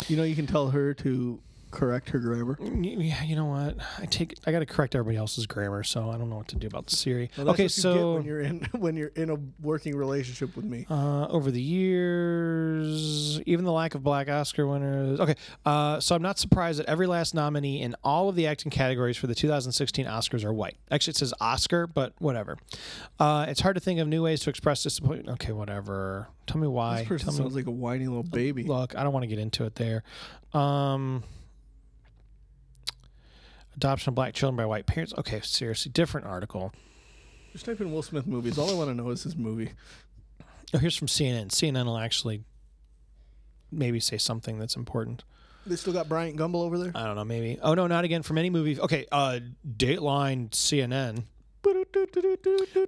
[SPEAKER 3] You know, you can tell her to correct her grammar.
[SPEAKER 2] Yeah, you know what? I take I got to correct everybody else's grammar, so I don't know what to do about Siri.
[SPEAKER 3] Well, that's
[SPEAKER 2] okay,
[SPEAKER 3] what you get
[SPEAKER 2] so
[SPEAKER 3] when you're in *laughs* when you're in a working relationship with me,
[SPEAKER 2] Uh, over the years, even the lack of black Oscar winners. Okay, uh, so I'm not surprised that every last nominee in all of the acting categories for the 2016 Oscars are white. Actually, it says Oscar, but whatever. Uh, it's hard to think of new ways to express disappointment. Okay, whatever. Tell me why.
[SPEAKER 3] this person
[SPEAKER 2] Tell me
[SPEAKER 3] sounds like a whiny little baby.
[SPEAKER 2] look, I don't want to get into it there. Um, adoption of black children by white parents. Okay, seriously, different article.
[SPEAKER 3] Just type in Will Smith movies. All I want to know is his movie.
[SPEAKER 2] Oh, here's from CNN. CNN will actually maybe say something that's important.
[SPEAKER 3] They still got Bryant Gumbel over there.
[SPEAKER 2] I don't know, maybe. Oh no, not again from any movie. Okay, uh Dateline CNN.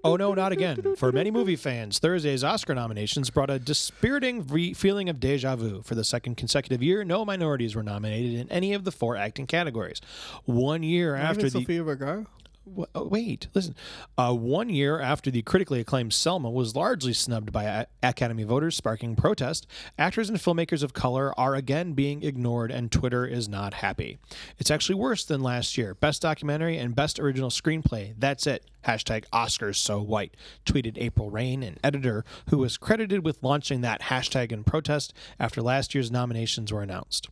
[SPEAKER 2] Oh no, not again. For many movie fans, Thursday's Oscar nominations brought a dispiriting re- feeling of deja vu. For the second consecutive year, no minorities were nominated in any of the four acting categories. One year after
[SPEAKER 3] Even
[SPEAKER 2] the
[SPEAKER 3] Sofia Vergara.
[SPEAKER 2] Wha- oh, wait, listen. Uh, one year after the critically acclaimed Selma was largely snubbed by a- Academy voters, sparking protest, actors and filmmakers of color are again being ignored, and Twitter is not happy. It's actually worse than last year. Best documentary and best original screenplay. That's it. Hashtag Oscars so white, tweeted April Rain, an editor who was credited with launching that hashtag in protest after last year's nominations were announced.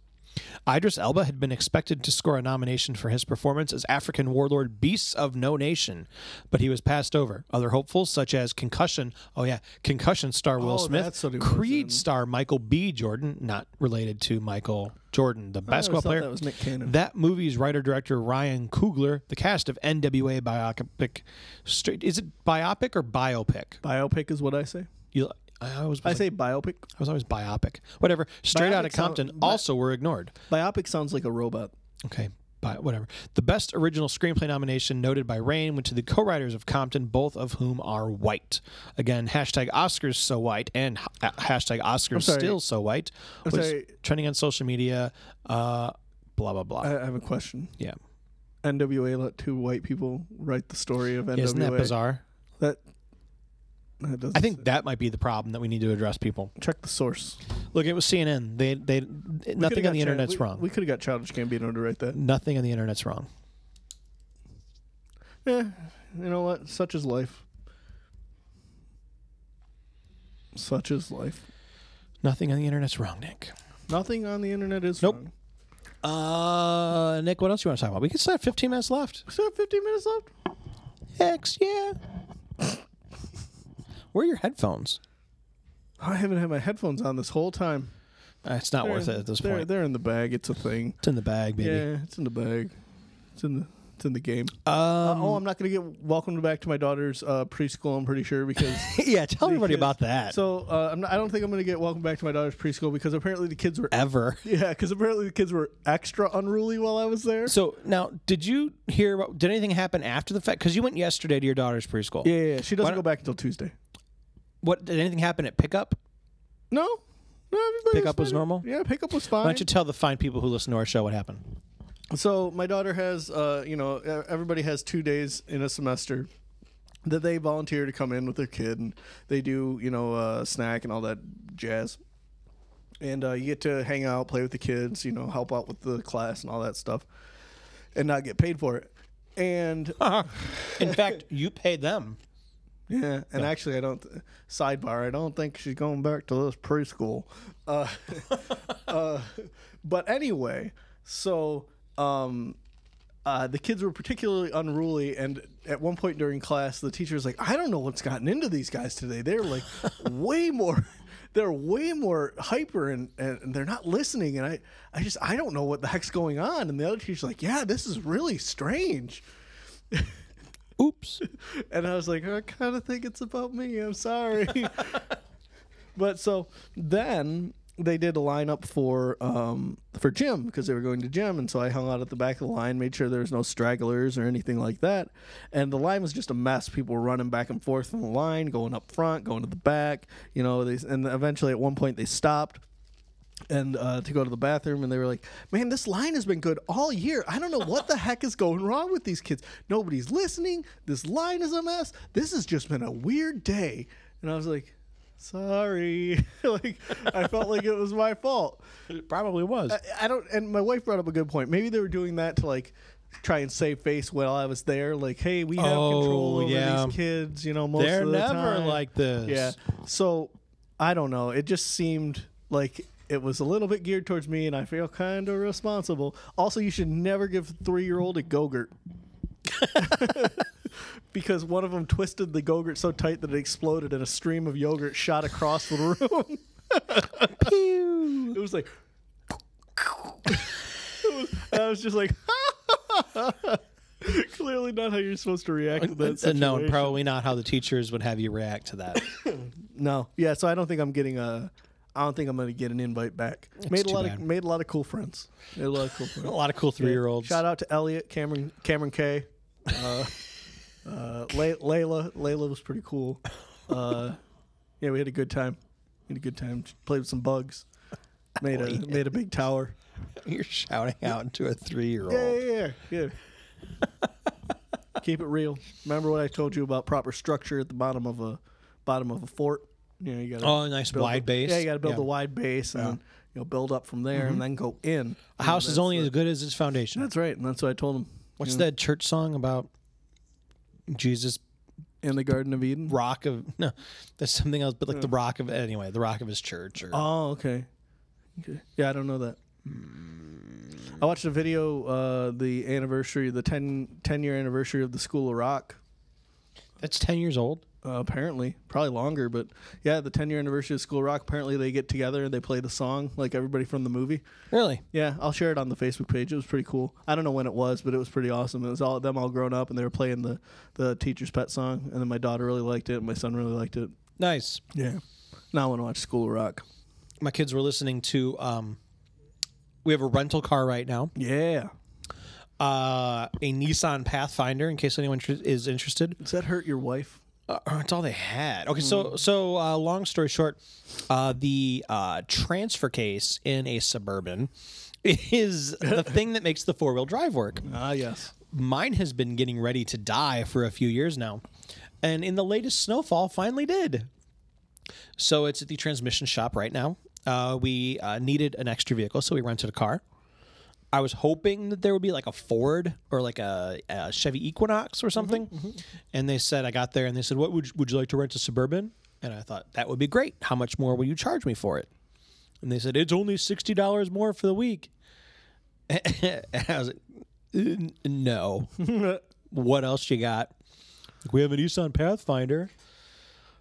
[SPEAKER 2] Idris Elba had been expected to score a nomination for his performance as African warlord Beasts of No Nation, but he was passed over. Other hopefuls, such as Concussion, oh yeah, Concussion star Will
[SPEAKER 3] Oh,
[SPEAKER 2] Smith,
[SPEAKER 3] that's what he was
[SPEAKER 2] Creed
[SPEAKER 3] in.
[SPEAKER 2] star Michael B. Jordan, not related to Michael Jordan, the basketball
[SPEAKER 3] Oh, thought
[SPEAKER 2] player.
[SPEAKER 3] that was Nick Cannon.
[SPEAKER 2] That movie's writer director Ryan Coogler, the cast of NWA biopic, straight is it biopic or biopic?
[SPEAKER 3] Biopic is what I say.
[SPEAKER 2] You, I always was
[SPEAKER 3] I
[SPEAKER 2] like-
[SPEAKER 3] say biopic.
[SPEAKER 2] I was always biopic. Whatever. Straight out of
[SPEAKER 3] Biopic sound-
[SPEAKER 2] Compton
[SPEAKER 3] bi-
[SPEAKER 2] also were ignored.
[SPEAKER 3] Biopic sounds like a robot.
[SPEAKER 2] Okay. by whatever. The best original screenplay nomination noted by Rain went to the co-writers of Compton, both of whom are white. Again, hashtag Oscars so white and ha- hashtag Oscars
[SPEAKER 3] sorry.
[SPEAKER 2] still so white was
[SPEAKER 3] sorry.
[SPEAKER 2] trending on social media. Uh, blah blah blah.
[SPEAKER 3] I I have a question.
[SPEAKER 2] yeah,
[SPEAKER 3] NWA let two white people write the story of NWA.
[SPEAKER 2] isn't that bizarre?
[SPEAKER 3] That, that doesn't
[SPEAKER 2] I think that might be the problem that we need to address. People,
[SPEAKER 3] check the source.
[SPEAKER 2] look, it was CNN. They they
[SPEAKER 3] Coulda
[SPEAKER 2] nothing
[SPEAKER 3] got
[SPEAKER 2] on the
[SPEAKER 3] Chad-
[SPEAKER 2] internet's
[SPEAKER 3] we-
[SPEAKER 2] wrong.
[SPEAKER 3] We could have got Childish Gambino to write that.
[SPEAKER 2] nothing on the internet's wrong.
[SPEAKER 3] Eh, you know what? Such is life. Such is life.
[SPEAKER 2] Nothing on the internet's wrong, Nick.
[SPEAKER 3] Nothing on the internet is
[SPEAKER 2] Nope.
[SPEAKER 3] wrong.
[SPEAKER 2] Uh, Nick, what else you want to talk about? We can still have 15 minutes left.
[SPEAKER 3] We still have 15 minutes left.
[SPEAKER 2] Hex, yeah. Where are your headphones?
[SPEAKER 3] I haven't had my headphones on this whole time.
[SPEAKER 2] Uh, It's not worth it at this
[SPEAKER 3] they're,
[SPEAKER 2] point.
[SPEAKER 3] They're in the bag. It's a thing.
[SPEAKER 2] It's in the bag, baby.
[SPEAKER 3] Yeah, it's in the bag. It's in the it's in the game.
[SPEAKER 2] Um,
[SPEAKER 3] oh, I'm not gonna get welcomed back to my daughter's uh, preschool. I'm pretty sure because
[SPEAKER 2] *laughs* yeah, *laughs* tell everybody
[SPEAKER 3] kids-
[SPEAKER 2] about that.
[SPEAKER 3] so uh, I'm not, I don't think I'm gonna get welcomed back to my daughter's preschool because apparently the kids were
[SPEAKER 2] Ever.
[SPEAKER 3] *laughs* yeah because apparently the kids were extra unruly while I was there.
[SPEAKER 2] So now, did you hear about, did anything happen after the fact? Because you went yesterday to your daughter's preschool.
[SPEAKER 3] yeah, yeah, yeah. she doesn't
[SPEAKER 2] don't-
[SPEAKER 3] go back until Tuesday.
[SPEAKER 2] What, did anything happen at pickup?
[SPEAKER 3] No, no, everybody
[SPEAKER 2] Pickup was
[SPEAKER 3] fine.
[SPEAKER 2] normal?
[SPEAKER 3] Yeah, pickup was fine.
[SPEAKER 2] Why don't you tell the fine people who listen to our show what happened?
[SPEAKER 3] So my daughter has, uh, you know, e- everybody has two days in a semester that they volunteer to come in with their kid, and they do, you know, uh, snack and all that jazz. And uh, you get to hang out, play with the kids, you know, help out with the class and all that stuff, and not get paid for it. And
[SPEAKER 2] In fact, you paid
[SPEAKER 3] *laughs*
[SPEAKER 2] them.
[SPEAKER 3] yeah, and actually, I don't. Sidebar: I don't think she's going back to this preschool. Uh, uh, *laughs* but anyway, so um, uh, the kids were particularly unruly, and at one point during class, the teacher was like, "I don't know what's gotten into these guys today. They're like way more." They're way more hyper and, and and they're not listening. And I, I just, I don't know what the heck's going on. And the other teacher's like, yeah, this is really strange.
[SPEAKER 2] Oops.
[SPEAKER 3] And I was like, I kind of think it's about me. I'm sorry. but so then they did a lineup for um, for gym because they were going to gym, and so I hung out at the back of the line, made sure there was no stragglers or anything like that. And the line was just a mess. People were running back and forth from the line, going up front, going to the back. You know, they and eventually at one point they stopped and uh, to go to the bathroom, and they were like, "Man, this line has been good all year. I don't know what the heck is going wrong with these kids. Nobody's listening. This line is a mess. This has just been a weird day." And I was like, "Sorry." *laughs* like I felt like it was my fault.
[SPEAKER 2] It probably was.
[SPEAKER 3] I don't. And my wife brought up a good point. Maybe they were doing that to like try and save face while I was there. Like, hey, we have control
[SPEAKER 2] Oh,
[SPEAKER 3] over
[SPEAKER 2] yeah.
[SPEAKER 3] these kids. You know, most
[SPEAKER 2] They're
[SPEAKER 3] of the
[SPEAKER 2] never
[SPEAKER 3] time.
[SPEAKER 2] like this.
[SPEAKER 3] Yeah. So I don't know. It just seemed like it was a little bit geared towards me, and I feel kind of responsible. Also, you should never give three-year-old a gogurt. *laughs* Because one of them twisted the gogurt so tight that it exploded, and a stream of yogurt shot across the room. it was like, and I was just like, *laughs* clearly not how you're supposed to react to that.
[SPEAKER 2] Uh, no, and
[SPEAKER 3] situation.
[SPEAKER 2] probably not how the teachers would have you react to
[SPEAKER 3] *laughs*
[SPEAKER 2] that.
[SPEAKER 3] No, yeah. So I don't think I'm getting a. I don't think I'm going to get an invite back. made a
[SPEAKER 2] too
[SPEAKER 3] lot
[SPEAKER 2] bad.
[SPEAKER 3] of made a lot of cool friends. Made a lot of cool
[SPEAKER 2] a *laughs*
[SPEAKER 3] friends.
[SPEAKER 2] lot of cool three year olds.
[SPEAKER 3] Shout out to Elliot, Cameron, Cameron K. Uh, uh, Lay, Layla, Layla was pretty cool. Uh, yeah, we had a good time. We had a good time. Played with some bugs.
[SPEAKER 2] *laughs*
[SPEAKER 3] Made
[SPEAKER 2] Oh,
[SPEAKER 3] a made a big tower.
[SPEAKER 2] You're shouting out to a three year
[SPEAKER 3] Yeah,
[SPEAKER 2] old.
[SPEAKER 3] yeah, yeah. yeah. Keep it real. Remember what I told you about proper structure at the bottom of a bottom of a fort. You know, you got
[SPEAKER 2] Oh, a nice wide base.
[SPEAKER 3] Yeah, you got to build
[SPEAKER 2] Yeah. Mm-hmm.
[SPEAKER 3] the wide base and then, you know build up from there and then go in. *sighs*
[SPEAKER 2] A house is only as good as its foundation.
[SPEAKER 3] That's right, and that's what I told him.
[SPEAKER 2] What's that church song about Jesus
[SPEAKER 3] In the Garden of Eden.
[SPEAKER 2] rock of no, that's something else, but like
[SPEAKER 3] Hmm.
[SPEAKER 2] the rock of anyway, the rock of his church or
[SPEAKER 3] Oh, okay. okay. Yeah, I don't know that.
[SPEAKER 2] Mm.
[SPEAKER 3] I watched a video, uh, the anniversary, the 10, 10 year anniversary of the School of Rock.
[SPEAKER 2] that's ten years old.
[SPEAKER 3] Uh, apparently, probably longer, but yeah, the 10 year anniversary of School Rock. Apparently, they get together and they play the song like everybody from the movie.
[SPEAKER 2] Really?
[SPEAKER 3] Yeah, I'll share it on the Facebook page. It was pretty cool. I don't know when it was, but it was pretty awesome. It was all them all grown up, and they were playing the the teacher's pet song. And then my daughter really liked it, and my son really liked it.
[SPEAKER 2] Nice.
[SPEAKER 3] Yeah, now I want to watch School Rock.
[SPEAKER 2] My kids were listening to um we have a rental car right now.
[SPEAKER 3] Yeah,
[SPEAKER 2] uh, a Nissan Pathfinder in case anyone tr- is interested.
[SPEAKER 3] Does that hurt your wife?
[SPEAKER 2] Uh, that's all they had. Okay, so so uh, long story short, uh, the uh, transfer case in a suburban *laughs* is the thing that makes the four wheel drive work.
[SPEAKER 3] Ah, yes.
[SPEAKER 2] Mine has been getting ready to die for a few years now, and in the latest snowfall, finally did. So it's at the transmission shop right now. Uh, we uh, needed an extra vehicle, so we rented a car. I was hoping that there would be like a Ford or like a, a Chevy Equinox or something. And they said, I got there and they said, What would you, would you like to rent a Suburban? And I thought, That would be great. How much more will you charge me for it? And they said, It's only $60 more for the week. *laughs* and I was like, "N- *laughs* No. what else you got? Like, we have an Nissan Pathfinder.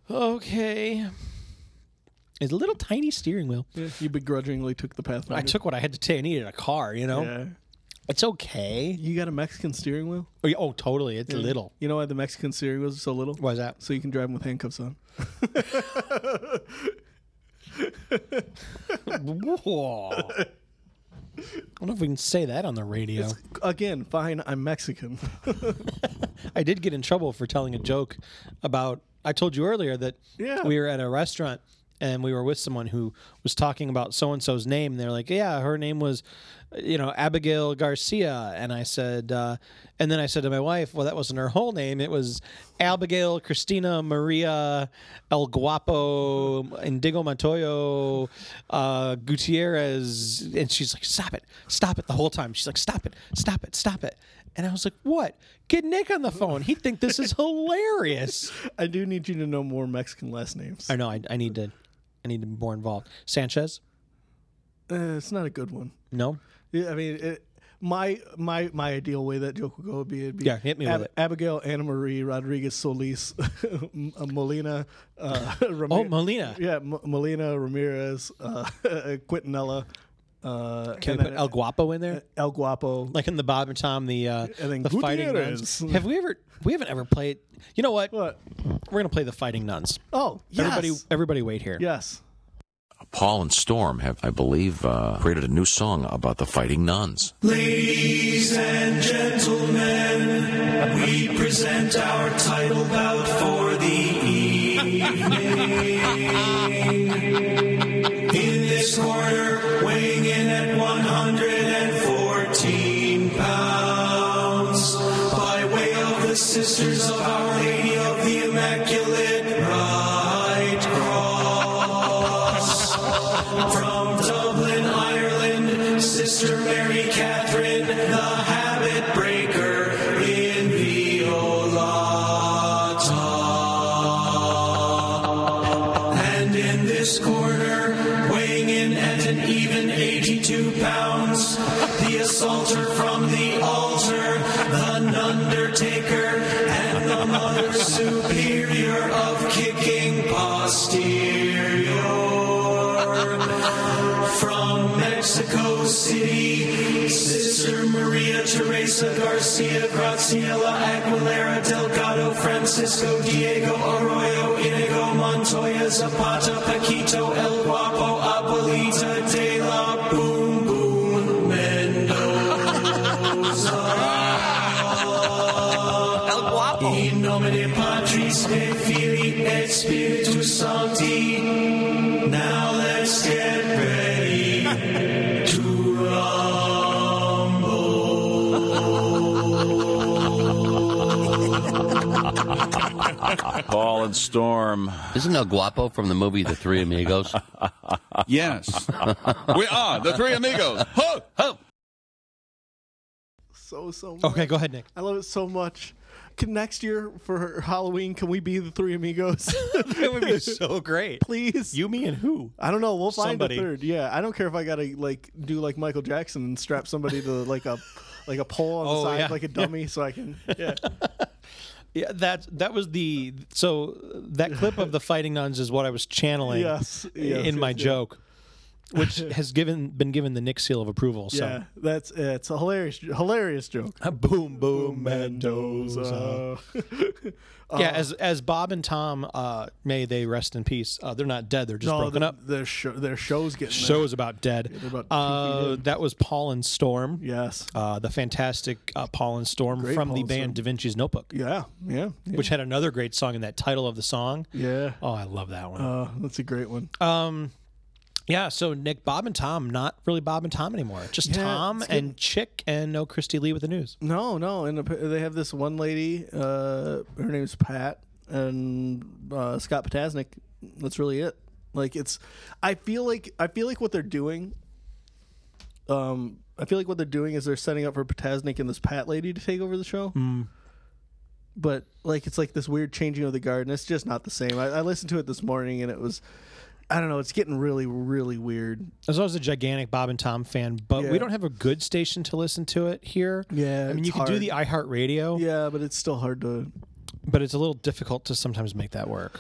[SPEAKER 2] Okay. It's a little tiny steering wheel.
[SPEAKER 3] You begrudgingly took the Pathfinder.
[SPEAKER 2] I took what I had to take. I needed a car, you know?
[SPEAKER 3] Yeah.
[SPEAKER 2] It's okay.
[SPEAKER 3] You got a Mexican steering wheel?
[SPEAKER 2] Oh, yeah, oh, totally. It's little.
[SPEAKER 3] You know why the Mexican steering wheels are so little?
[SPEAKER 2] Why is that?
[SPEAKER 3] So you can drive them with handcuffs on.
[SPEAKER 2] Whoa. I don't know if we can say that on the radio.
[SPEAKER 3] Again, fine. I'm Mexican. *laughs*
[SPEAKER 2] I did get in trouble for telling a joke about. I told you earlier that
[SPEAKER 3] Yeah.
[SPEAKER 2] we were at a restaurant and we were with someone who was talking about so and so's name. And they're like, "Yeah, her name was, you know, Abigail Garcia." And I said, uh, and then I said to my wife, "Well, that wasn't her whole name. It was Abigail Christina Maria El Guapo Indigo Montoyo uh, Gutierrez." And she's like, "Stop it! Stop it!" The whole time she's like, "Stop it! Stop it! Stop it!" And I was like, "What? Get Nick on the phone. He'd think this is *laughs* hilarious."
[SPEAKER 3] I do need you to know more Mexican last names.
[SPEAKER 2] I know. I, I need to. I need to be more involved. Sanchez.
[SPEAKER 3] Uh, it's not a good one.
[SPEAKER 2] No.
[SPEAKER 3] Yeah, I mean, it, my my my ideal way that joke would go would be, it'd be
[SPEAKER 2] Yeah, hit me with it.
[SPEAKER 3] Abigail, Anna Marie, Rodriguez, Solis, *laughs* M- uh, Molina, uh, *laughs* Ramirez.
[SPEAKER 2] Oh, Molina.
[SPEAKER 3] Yeah, M- Molina, Ramirez, uh, *laughs* Quintanilla. Uh,
[SPEAKER 2] Can
[SPEAKER 3] and
[SPEAKER 2] we put
[SPEAKER 3] then
[SPEAKER 2] El Guapo in there?
[SPEAKER 3] El Guapo.
[SPEAKER 2] Like in the Bob and Tom, the uh,
[SPEAKER 3] And then
[SPEAKER 2] the fighting
[SPEAKER 3] *laughs*
[SPEAKER 2] nuns.
[SPEAKER 3] Gutierrez.
[SPEAKER 2] Have we ever? We haven't ever played. You know what?
[SPEAKER 3] What?
[SPEAKER 2] We're gonna play the fighting nuns.
[SPEAKER 3] Oh, yes.
[SPEAKER 2] Everybody, everybody, wait here.
[SPEAKER 3] Yes.
[SPEAKER 5] Paul and Storm have, I believe, uh, created a new song about the
[SPEAKER 6] *laughs*
[SPEAKER 5] fighting nuns.
[SPEAKER 1] Ladies and gentlemen, we present our title bout for the evening. In this corner, weighing in at 114 pounds, by way of the Sisters of Our Lady of the Immaculate Right Cross. From Dublin, Ireland, Sister Mary Catherine, the habit breaker in Violata. And in this corner, weighing in at an even 82 pounds, the assaulter from the altar, the undertaker, and the mother superior of kicking posterior. From Mexico City, Sister Maria Teresa Garcia Graciela Aguilera Delgado Francisco Diego Arroyo Inigo Montoya Zapata Paquito El Guapo Abuelita de la Boom Boom Mendoza. El Guapo. In nomine Patris et Filii et Spiritus Sancti. Now let's get ready to rumble.
[SPEAKER 5] Paul and Storm.
[SPEAKER 7] Isn't El Guapo from the movie The Three Amigos?
[SPEAKER 6] *laughs* Yes. we are the three amigos. Ho, ho.
[SPEAKER 3] So, so much.
[SPEAKER 2] Okay, go ahead,
[SPEAKER 3] *laughs*
[SPEAKER 2] Nick.
[SPEAKER 3] I love it so much. Can, next year for Halloween, can we be the three
[SPEAKER 2] *laughs*
[SPEAKER 3] amigos?
[SPEAKER 2] That would
[SPEAKER 3] *laughs*
[SPEAKER 2] be so great.
[SPEAKER 3] Please.
[SPEAKER 2] You, me, and who?
[SPEAKER 3] I don't know. We'll find
[SPEAKER 2] Somebody.
[SPEAKER 3] a third. Yeah, I don't care if I gotta like do like Michael Jackson and strap somebody to like a like a pole on the
[SPEAKER 2] Oh,
[SPEAKER 3] side
[SPEAKER 2] yeah.
[SPEAKER 3] like a dummy, so
[SPEAKER 2] *laughs*
[SPEAKER 3] I can. Yeah,
[SPEAKER 2] Yeah, that that was the
[SPEAKER 3] *laughs*
[SPEAKER 2] so that clip of the fighting nuns is what I was channeling
[SPEAKER 3] Yes, yes,
[SPEAKER 2] in my
[SPEAKER 3] yes, yes.
[SPEAKER 2] joke.
[SPEAKER 3] *laughs*
[SPEAKER 2] which has given been given the Nick seal of approval. So
[SPEAKER 3] Yeah, that's it's a hilarious, hilarious joke. *laughs*
[SPEAKER 2] A boom boom Mendoza. yeah, as as Bob and Tom uh, may they rest in peace. Uh, they're not dead. They're just
[SPEAKER 3] No,
[SPEAKER 2] broken
[SPEAKER 3] the,
[SPEAKER 2] up.
[SPEAKER 3] their show, their show's getting
[SPEAKER 2] Show is about dead.
[SPEAKER 3] they're about two
[SPEAKER 2] uh,
[SPEAKER 3] feet in.
[SPEAKER 2] that was Paul and Storm.
[SPEAKER 3] there. Yes.
[SPEAKER 2] Uh, the fantastic uh, Paul and Storm
[SPEAKER 3] Great
[SPEAKER 2] from
[SPEAKER 3] Paul
[SPEAKER 2] the
[SPEAKER 3] and
[SPEAKER 2] band
[SPEAKER 3] Storm.
[SPEAKER 2] Da Vinci's Notebook,
[SPEAKER 3] yeah. Yeah. Yeah.
[SPEAKER 2] which had another great song in that title of the song.
[SPEAKER 3] yeah.
[SPEAKER 2] Oh, I love that one.
[SPEAKER 3] Uh, that's a great one.
[SPEAKER 2] yeah, so Nick, Bob, and Tom, not really Bob and Tom anymore. Just
[SPEAKER 3] Yeah,
[SPEAKER 2] Tom
[SPEAKER 3] it's getting-
[SPEAKER 2] and Chick and no Christy Lee with the news.
[SPEAKER 3] No, no, and appa- they have this one lady. Uh, her name's Pat, and uh, Scott Potasnik. That's really it. Like it's, I feel like I feel like what they're doing. Um, I feel like what they're doing is they're setting up for Potasnik and this Pat lady to take over the show. But like it's like this weird changing of the guard, and it's just not the same. I, I listened to it this morning, and it was, I don't know, it's getting really, really weird.
[SPEAKER 2] As well as a gigantic Bob and Tom fan, but
[SPEAKER 3] Yeah.
[SPEAKER 2] we don't have a good station to listen to it here.
[SPEAKER 3] Yeah,
[SPEAKER 2] I mean
[SPEAKER 3] it's
[SPEAKER 2] you can do
[SPEAKER 3] hard.
[SPEAKER 2] the iHeartRadio,
[SPEAKER 3] Yeah, but it's still hard to.
[SPEAKER 2] but it's a little difficult to sometimes make that work.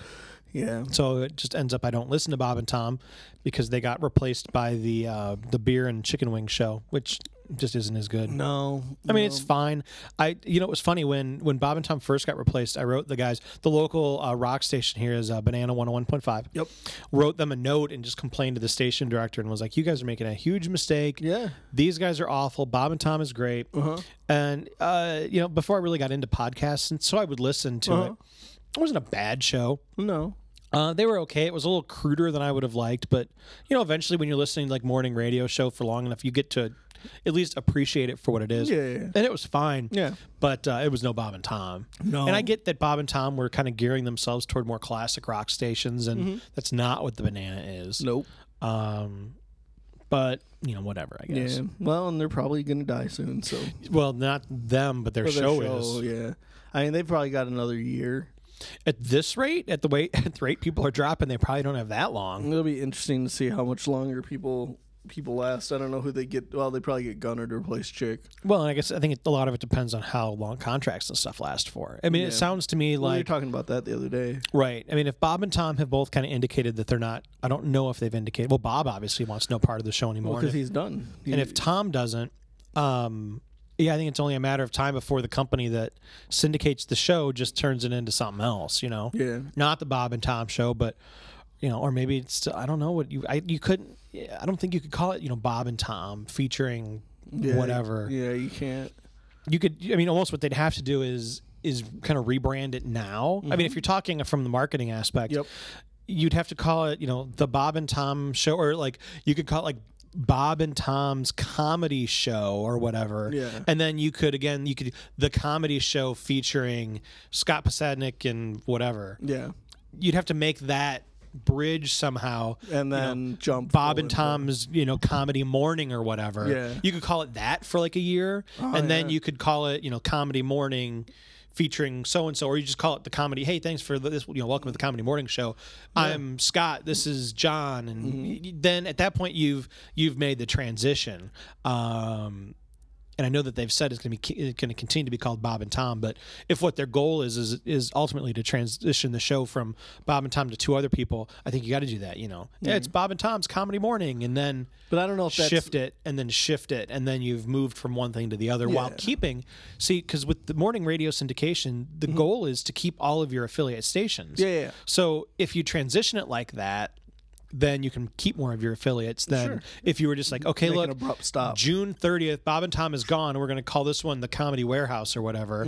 [SPEAKER 3] Yeah,
[SPEAKER 2] So it just ends up I don't listen to Bob and Tom because they got replaced by the uh, the beer and chicken wing show, which just isn't as good.
[SPEAKER 3] no.
[SPEAKER 2] I mean, it's fine. I, you know, it was funny when when Bob and Tom first got replaced. I wrote the guys, the local uh, rock station here is uh, Banana One Hundred One Point Five. Yep. Wrote them a note and just complained to the station director and was like, "You guys are making a huge mistake.
[SPEAKER 3] Yeah.
[SPEAKER 2] These guys are awful. Bob and Tom is great. And uh, you know, before I really got into podcasts, and so I would listen to it. It wasn't a bad show.
[SPEAKER 3] no.
[SPEAKER 2] Uh, they were okay. It was a little cruder than I would have liked, but you know, eventually when you're listening to like morning radio show for long enough, you get to at least appreciate it for what it is.
[SPEAKER 3] Yeah, yeah, yeah.
[SPEAKER 2] And it was fine.
[SPEAKER 3] Yeah.
[SPEAKER 2] But uh, it was no Bob and Tom.
[SPEAKER 3] No.
[SPEAKER 2] And I get that Bob and Tom were kind of gearing themselves toward more classic rock stations, and that's not what the banana is.
[SPEAKER 3] Mm-hmm. Nope.
[SPEAKER 2] But you know, whatever. I guess.
[SPEAKER 3] Yeah. Well, and they're probably going to die soon. So
[SPEAKER 2] Well, not them, but their,
[SPEAKER 3] For their
[SPEAKER 2] show, is.
[SPEAKER 3] Yeah. I mean, they've probably got another year.
[SPEAKER 2] At this rate, at the way *laughs* at the rate people are dropping, they probably don't have that long.
[SPEAKER 3] It'll be interesting to see how much longer people people last. I don't know who they get. Well, they probably get Gunner to replace Chick.
[SPEAKER 2] Well, and I guess I think it, a lot of it depends on how long contracts and stuff last for. I mean, it sounds to me
[SPEAKER 3] Well, we were
[SPEAKER 2] like
[SPEAKER 3] talking about that the other day.
[SPEAKER 2] right. I mean, if Bob and Tom have both kind of indicated that they're not, I don't know if they've indicated. Well, Bob obviously wants no part of the show anymore.
[SPEAKER 3] Because
[SPEAKER 2] and, if,
[SPEAKER 3] he's done. He-
[SPEAKER 2] and if Tom doesn't, um, yeah, I think it's only a matter of time before the company that syndicates the show just turns it into something else. You know,
[SPEAKER 3] Yeah.
[SPEAKER 2] not the Bob and Tom show, but you know, or maybe it's still, I don't know what you I you couldn't. yeah, I don't think you could call it you know Bob and Tom featuring
[SPEAKER 3] yeah,
[SPEAKER 2] whatever
[SPEAKER 3] Yeah, you can't.
[SPEAKER 2] you could i mean almost what they'd have to do is is kind of rebrand it now i mean if you're talking from the marketing aspect
[SPEAKER 3] Mm-hmm. Yep.
[SPEAKER 2] you'd have to call it you know the bob and tom show or like you could call it like bob and tom's comedy show or whatever
[SPEAKER 3] Yeah.
[SPEAKER 2] and then you could again you could the comedy show featuring scott posadnik and whatever
[SPEAKER 3] Yeah.
[SPEAKER 2] you'd have to make that bridge somehow
[SPEAKER 3] And
[SPEAKER 2] you know,
[SPEAKER 3] then jump.
[SPEAKER 2] Bob
[SPEAKER 3] forward.
[SPEAKER 2] and Tom's, you know, comedy morning or whatever.
[SPEAKER 3] Yeah. Oh,
[SPEAKER 2] You could call it that for like a year, and then you could call it, you know, comedy morning featuring so and so, or you just call it the comedy. Hey, thanks for this. You know, welcome to the comedy morning show. I'm Scott. This is John, and
[SPEAKER 3] Mm-hmm.
[SPEAKER 2] y- y- then at that point you've you've made the transition. Um, and I know that they've said it's going to be going to continue to be called Bob and Tom. But if what their goal is is is ultimately to transition the show from Bob and Tom to two other people, I think you got to do that. You know, yeah, it's Bob and Tom's Comedy Morning, and then
[SPEAKER 3] But I don't know if that's.
[SPEAKER 2] shift it, and then shift it, and then you've moved from one thing to the other while
[SPEAKER 3] Yeah.
[SPEAKER 2] keeping. See, because with the morning radio syndication, the goal is to keep all of your affiliate stations.
[SPEAKER 3] Mm-hmm. Yeah, yeah, yeah.
[SPEAKER 2] So if you transition it like that. Then you can keep more of your affiliates. Than if you were just like, okay,
[SPEAKER 3] Make an
[SPEAKER 2] look,
[SPEAKER 3] abrupt stop.
[SPEAKER 2] June 30th, Bob and Tom is gone. We're going to call this one the Comedy Warehouse or whatever.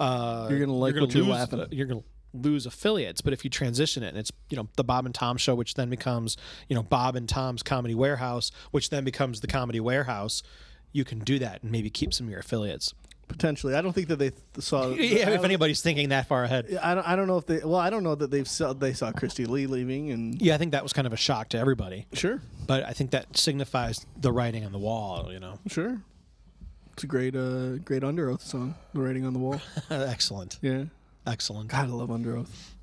[SPEAKER 2] Uh,
[SPEAKER 3] You're gonna like
[SPEAKER 2] you're
[SPEAKER 3] Mm-hmm.
[SPEAKER 2] gonna
[SPEAKER 3] what you're
[SPEAKER 2] lose,
[SPEAKER 3] laughing at.
[SPEAKER 2] You're going to lose affiliates. But if you transition it and it's, you know, the Bob and Tom show, which then becomes, you know, Bob and Tom's Comedy Warehouse, which then becomes the Comedy Warehouse, you can do that and maybe keep some of your affiliates.
[SPEAKER 3] Potentially. I don't think that they th- saw.
[SPEAKER 2] *laughs* Yeah,
[SPEAKER 3] I
[SPEAKER 2] if
[SPEAKER 3] don't-
[SPEAKER 2] anybody's thinking that far ahead.
[SPEAKER 3] I don't, I don't know if they. Well, I don't know that they've saw, they saw Christy Lee leaving and.
[SPEAKER 2] Yeah, I think that was kind of a shock to everybody.
[SPEAKER 3] Sure.
[SPEAKER 2] But I think that signifies the writing on the wall, you
[SPEAKER 3] *laughs*
[SPEAKER 2] know.
[SPEAKER 3] Sure. It's a great uh great Under Oath song, The Writing on
[SPEAKER 2] *laughs*
[SPEAKER 3] the Wall.
[SPEAKER 2] Excellent.
[SPEAKER 3] Yeah.
[SPEAKER 2] Excellent.
[SPEAKER 3] God, I love Under Oath.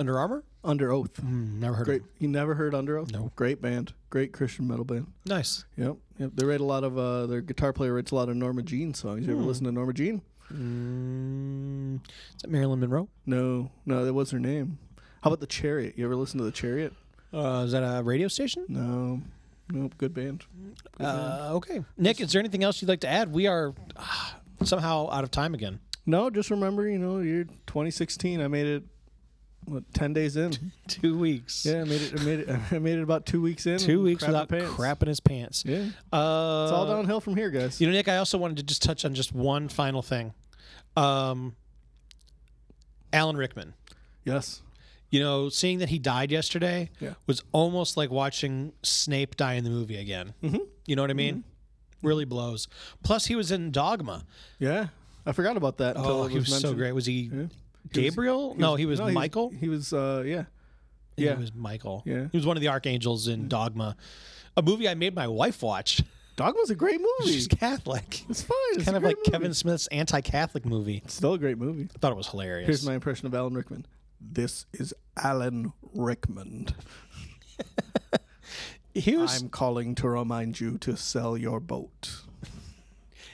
[SPEAKER 2] Under Armour?
[SPEAKER 3] Under Oath.
[SPEAKER 2] Never heard
[SPEAKER 3] Great.
[SPEAKER 2] of
[SPEAKER 3] You never heard Under Oath?
[SPEAKER 2] No.
[SPEAKER 3] Great band. Great Christian metal band.
[SPEAKER 2] it. Nice.
[SPEAKER 3] Yep. Yep. They write a lot of uh their guitar player writes a lot of Norma Jean songs. You ever
[SPEAKER 2] Hmm.
[SPEAKER 3] listen to Norma Jean?
[SPEAKER 2] Mm, is that Marilyn Monroe?
[SPEAKER 3] No. No, that was her name. How about The Chariot? You ever listen to The Chariot?
[SPEAKER 2] Uh, is that a radio station?
[SPEAKER 3] No. Nope, good band.
[SPEAKER 2] Uh, okay, Nick, is there anything else you'd like to add? We are ah, somehow out of time again.
[SPEAKER 3] No, just remember, you know, year 2016. I made it. What, ten days in?
[SPEAKER 2] *laughs* Two weeks.
[SPEAKER 3] Yeah, I made it. I made it. *laughs* I made it about two weeks in.
[SPEAKER 2] Two weeks
[SPEAKER 3] Crap in
[SPEAKER 2] without
[SPEAKER 3] pants.
[SPEAKER 2] crap in his pants.
[SPEAKER 3] Yeah, it's
[SPEAKER 2] Uh,
[SPEAKER 3] all downhill from here, guys.
[SPEAKER 2] You know, Nick, I also wanted to just touch on just one final thing. Um, Alan Rickman.
[SPEAKER 3] Yes.
[SPEAKER 2] You know, seeing that he died yesterday
[SPEAKER 3] Yeah.
[SPEAKER 2] was almost like watching Snape die in the movie again. Mm-hmm. You know what I mean? Really blows. Plus, he was in Dogma.
[SPEAKER 3] Yeah, I forgot about that. Until
[SPEAKER 2] Oh,
[SPEAKER 3] it
[SPEAKER 2] he was so
[SPEAKER 3] mentioned.
[SPEAKER 2] great. Was he
[SPEAKER 3] He was-
[SPEAKER 2] Gabriel? no, he was Michael.
[SPEAKER 3] He was, uh, yeah, yeah.
[SPEAKER 2] He was Michael.
[SPEAKER 3] Yeah.
[SPEAKER 2] He was one of the archangels in Dogma, a movie I made my wife watch. *laughs*
[SPEAKER 3] Dogma's a great movie.
[SPEAKER 2] She's
[SPEAKER 3] *laughs*
[SPEAKER 2] Catholic.
[SPEAKER 3] it's fine. It's
[SPEAKER 2] kind
[SPEAKER 3] a
[SPEAKER 2] of
[SPEAKER 3] great
[SPEAKER 2] like
[SPEAKER 3] movie.
[SPEAKER 2] Kevin Smith's anti-Catholic movie.
[SPEAKER 3] Still a great movie.
[SPEAKER 2] I thought it was hilarious.
[SPEAKER 3] Here's my impression of Alan Rickman. This is Alan Rickman.
[SPEAKER 2] he was
[SPEAKER 3] I'm calling to remind you to sell your boat.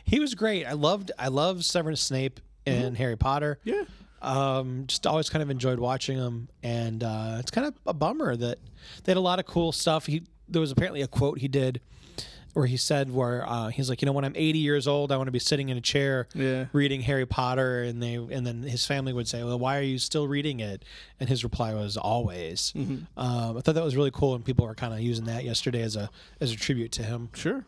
[SPEAKER 2] he was great. I loved I loved Severus Snape and
[SPEAKER 3] Mm-hmm.
[SPEAKER 2] Harry Potter.
[SPEAKER 3] Yeah.
[SPEAKER 2] Um, just always kind of enjoyed watching him, and uh, it's kind of a bummer that they had a lot of cool stuff. He there was apparently a quote he did where he said where uh, he's like, you know, when I'm 80 years old, I want to be sitting in a chair
[SPEAKER 3] Yeah.
[SPEAKER 2] reading Harry Potter, and they and then his family would say, well, why are you still reading it? And his reply was always. Um, I thought that was really cool, and people were kind of using that yesterday as a as a tribute to him.
[SPEAKER 3] Sure.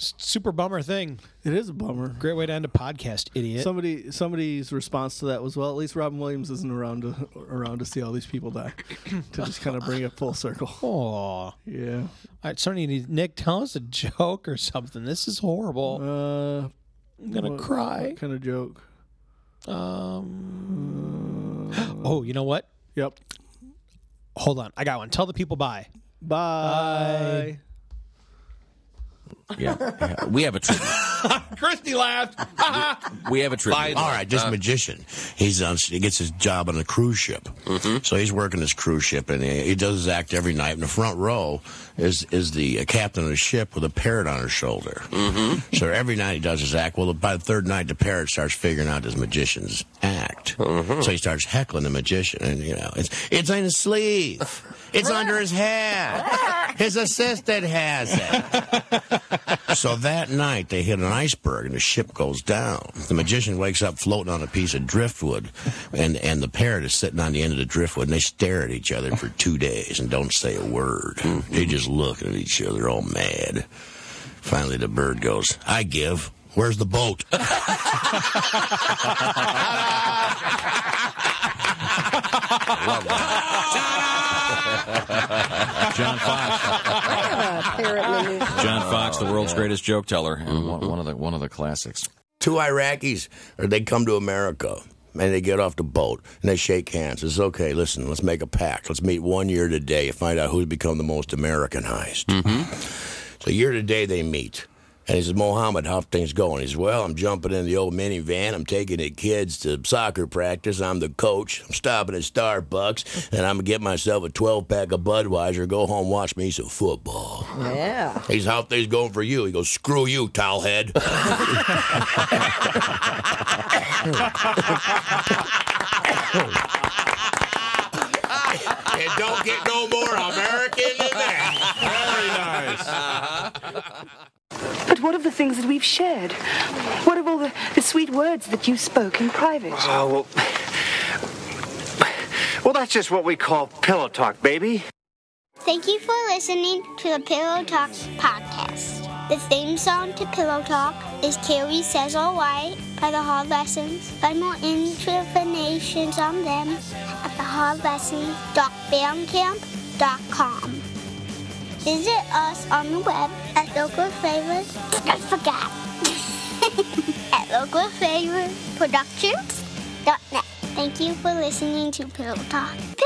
[SPEAKER 2] Super bummer thing.
[SPEAKER 3] It is a bummer.
[SPEAKER 2] Great way to end a podcast, idiot.
[SPEAKER 3] Somebody, somebody's response to that was, "Well, at least Robin Williams isn't around to, around to see all these people
[SPEAKER 2] *coughs*
[SPEAKER 3] die." to just kind of bring it
[SPEAKER 2] *laughs*
[SPEAKER 3] full circle.
[SPEAKER 2] Aw.
[SPEAKER 3] Yeah.
[SPEAKER 2] All right, Sonny, need- Nick, tell us a joke or something. This is horrible.
[SPEAKER 3] Uh,
[SPEAKER 2] I'm gonna cry.
[SPEAKER 3] kind of joke.
[SPEAKER 2] Oh, you know what?
[SPEAKER 3] Yep.
[SPEAKER 2] Hold on, I got one. Tell the people bye.
[SPEAKER 3] Bye.
[SPEAKER 5] Yeah. Yeah. We have a tribute.
[SPEAKER 6] *laughs* Christy laughed.
[SPEAKER 5] We have a tribute.
[SPEAKER 6] Biden.
[SPEAKER 8] All right, this magician. He's on. He gets his job on a cruise ship, so he's working his cruise ship, and he, he does his act every night. In the front row is is the uh, captain of the ship with a parrot on her shoulder. Mm-hmm. So every night he does his act. Well, by the third night, the parrot starts figuring out this magician's act. So he starts heckling the magician, and you know, it's it's on his sleeve, it's under his hat. His assistant has it. So that night, they hit an iceberg and the ship goes down. The magician wakes up floating on a piece of driftwood, and, and the parrot is sitting on the end of the driftwood, and they stare at each other for two days and don't say a word. They just look at each other, all mad. Finally, the bird goes, I give. Where's the boat?
[SPEAKER 6] John Fox. John Fox, the world's greatest joke teller, and
[SPEAKER 7] One one of the one of the classics.
[SPEAKER 8] two Iraqis, or they come to America and they get off the boat and they shake hands. It's okay. Listen, let's make a pact. Let's meet one year today and find out who's become the most Americanized. So year today they meet. And he says, Mohammed, how things going? He says, Well, I'm jumping in the old minivan. I'm taking the kids to soccer practice. I'm the coach. I'm stopping at Starbucks, and I'm gonna get myself a 12 pack of Budweiser. Go home, watch me some football. Yeah. He's how things going for you? He goes, Screw you, towelhead. and don't get no more American than that.
[SPEAKER 9] But what of the things that we've shared? What of all the, the sweet words that you spoke in private?
[SPEAKER 10] Oh, well. Well, that's just what we call pillow talk, baby.
[SPEAKER 11] Thank you for listening to the Pillow Talk podcast. The theme song to Pillow Talk is Carrie Says All Right by The Hard Lessons. Find more information on them at thehardlessons.bandcamp.com. Visit us on the web at local favors. I forgot. *laughs* at localfavoriteproductions.net. Thank you for listening to Pillow Talk.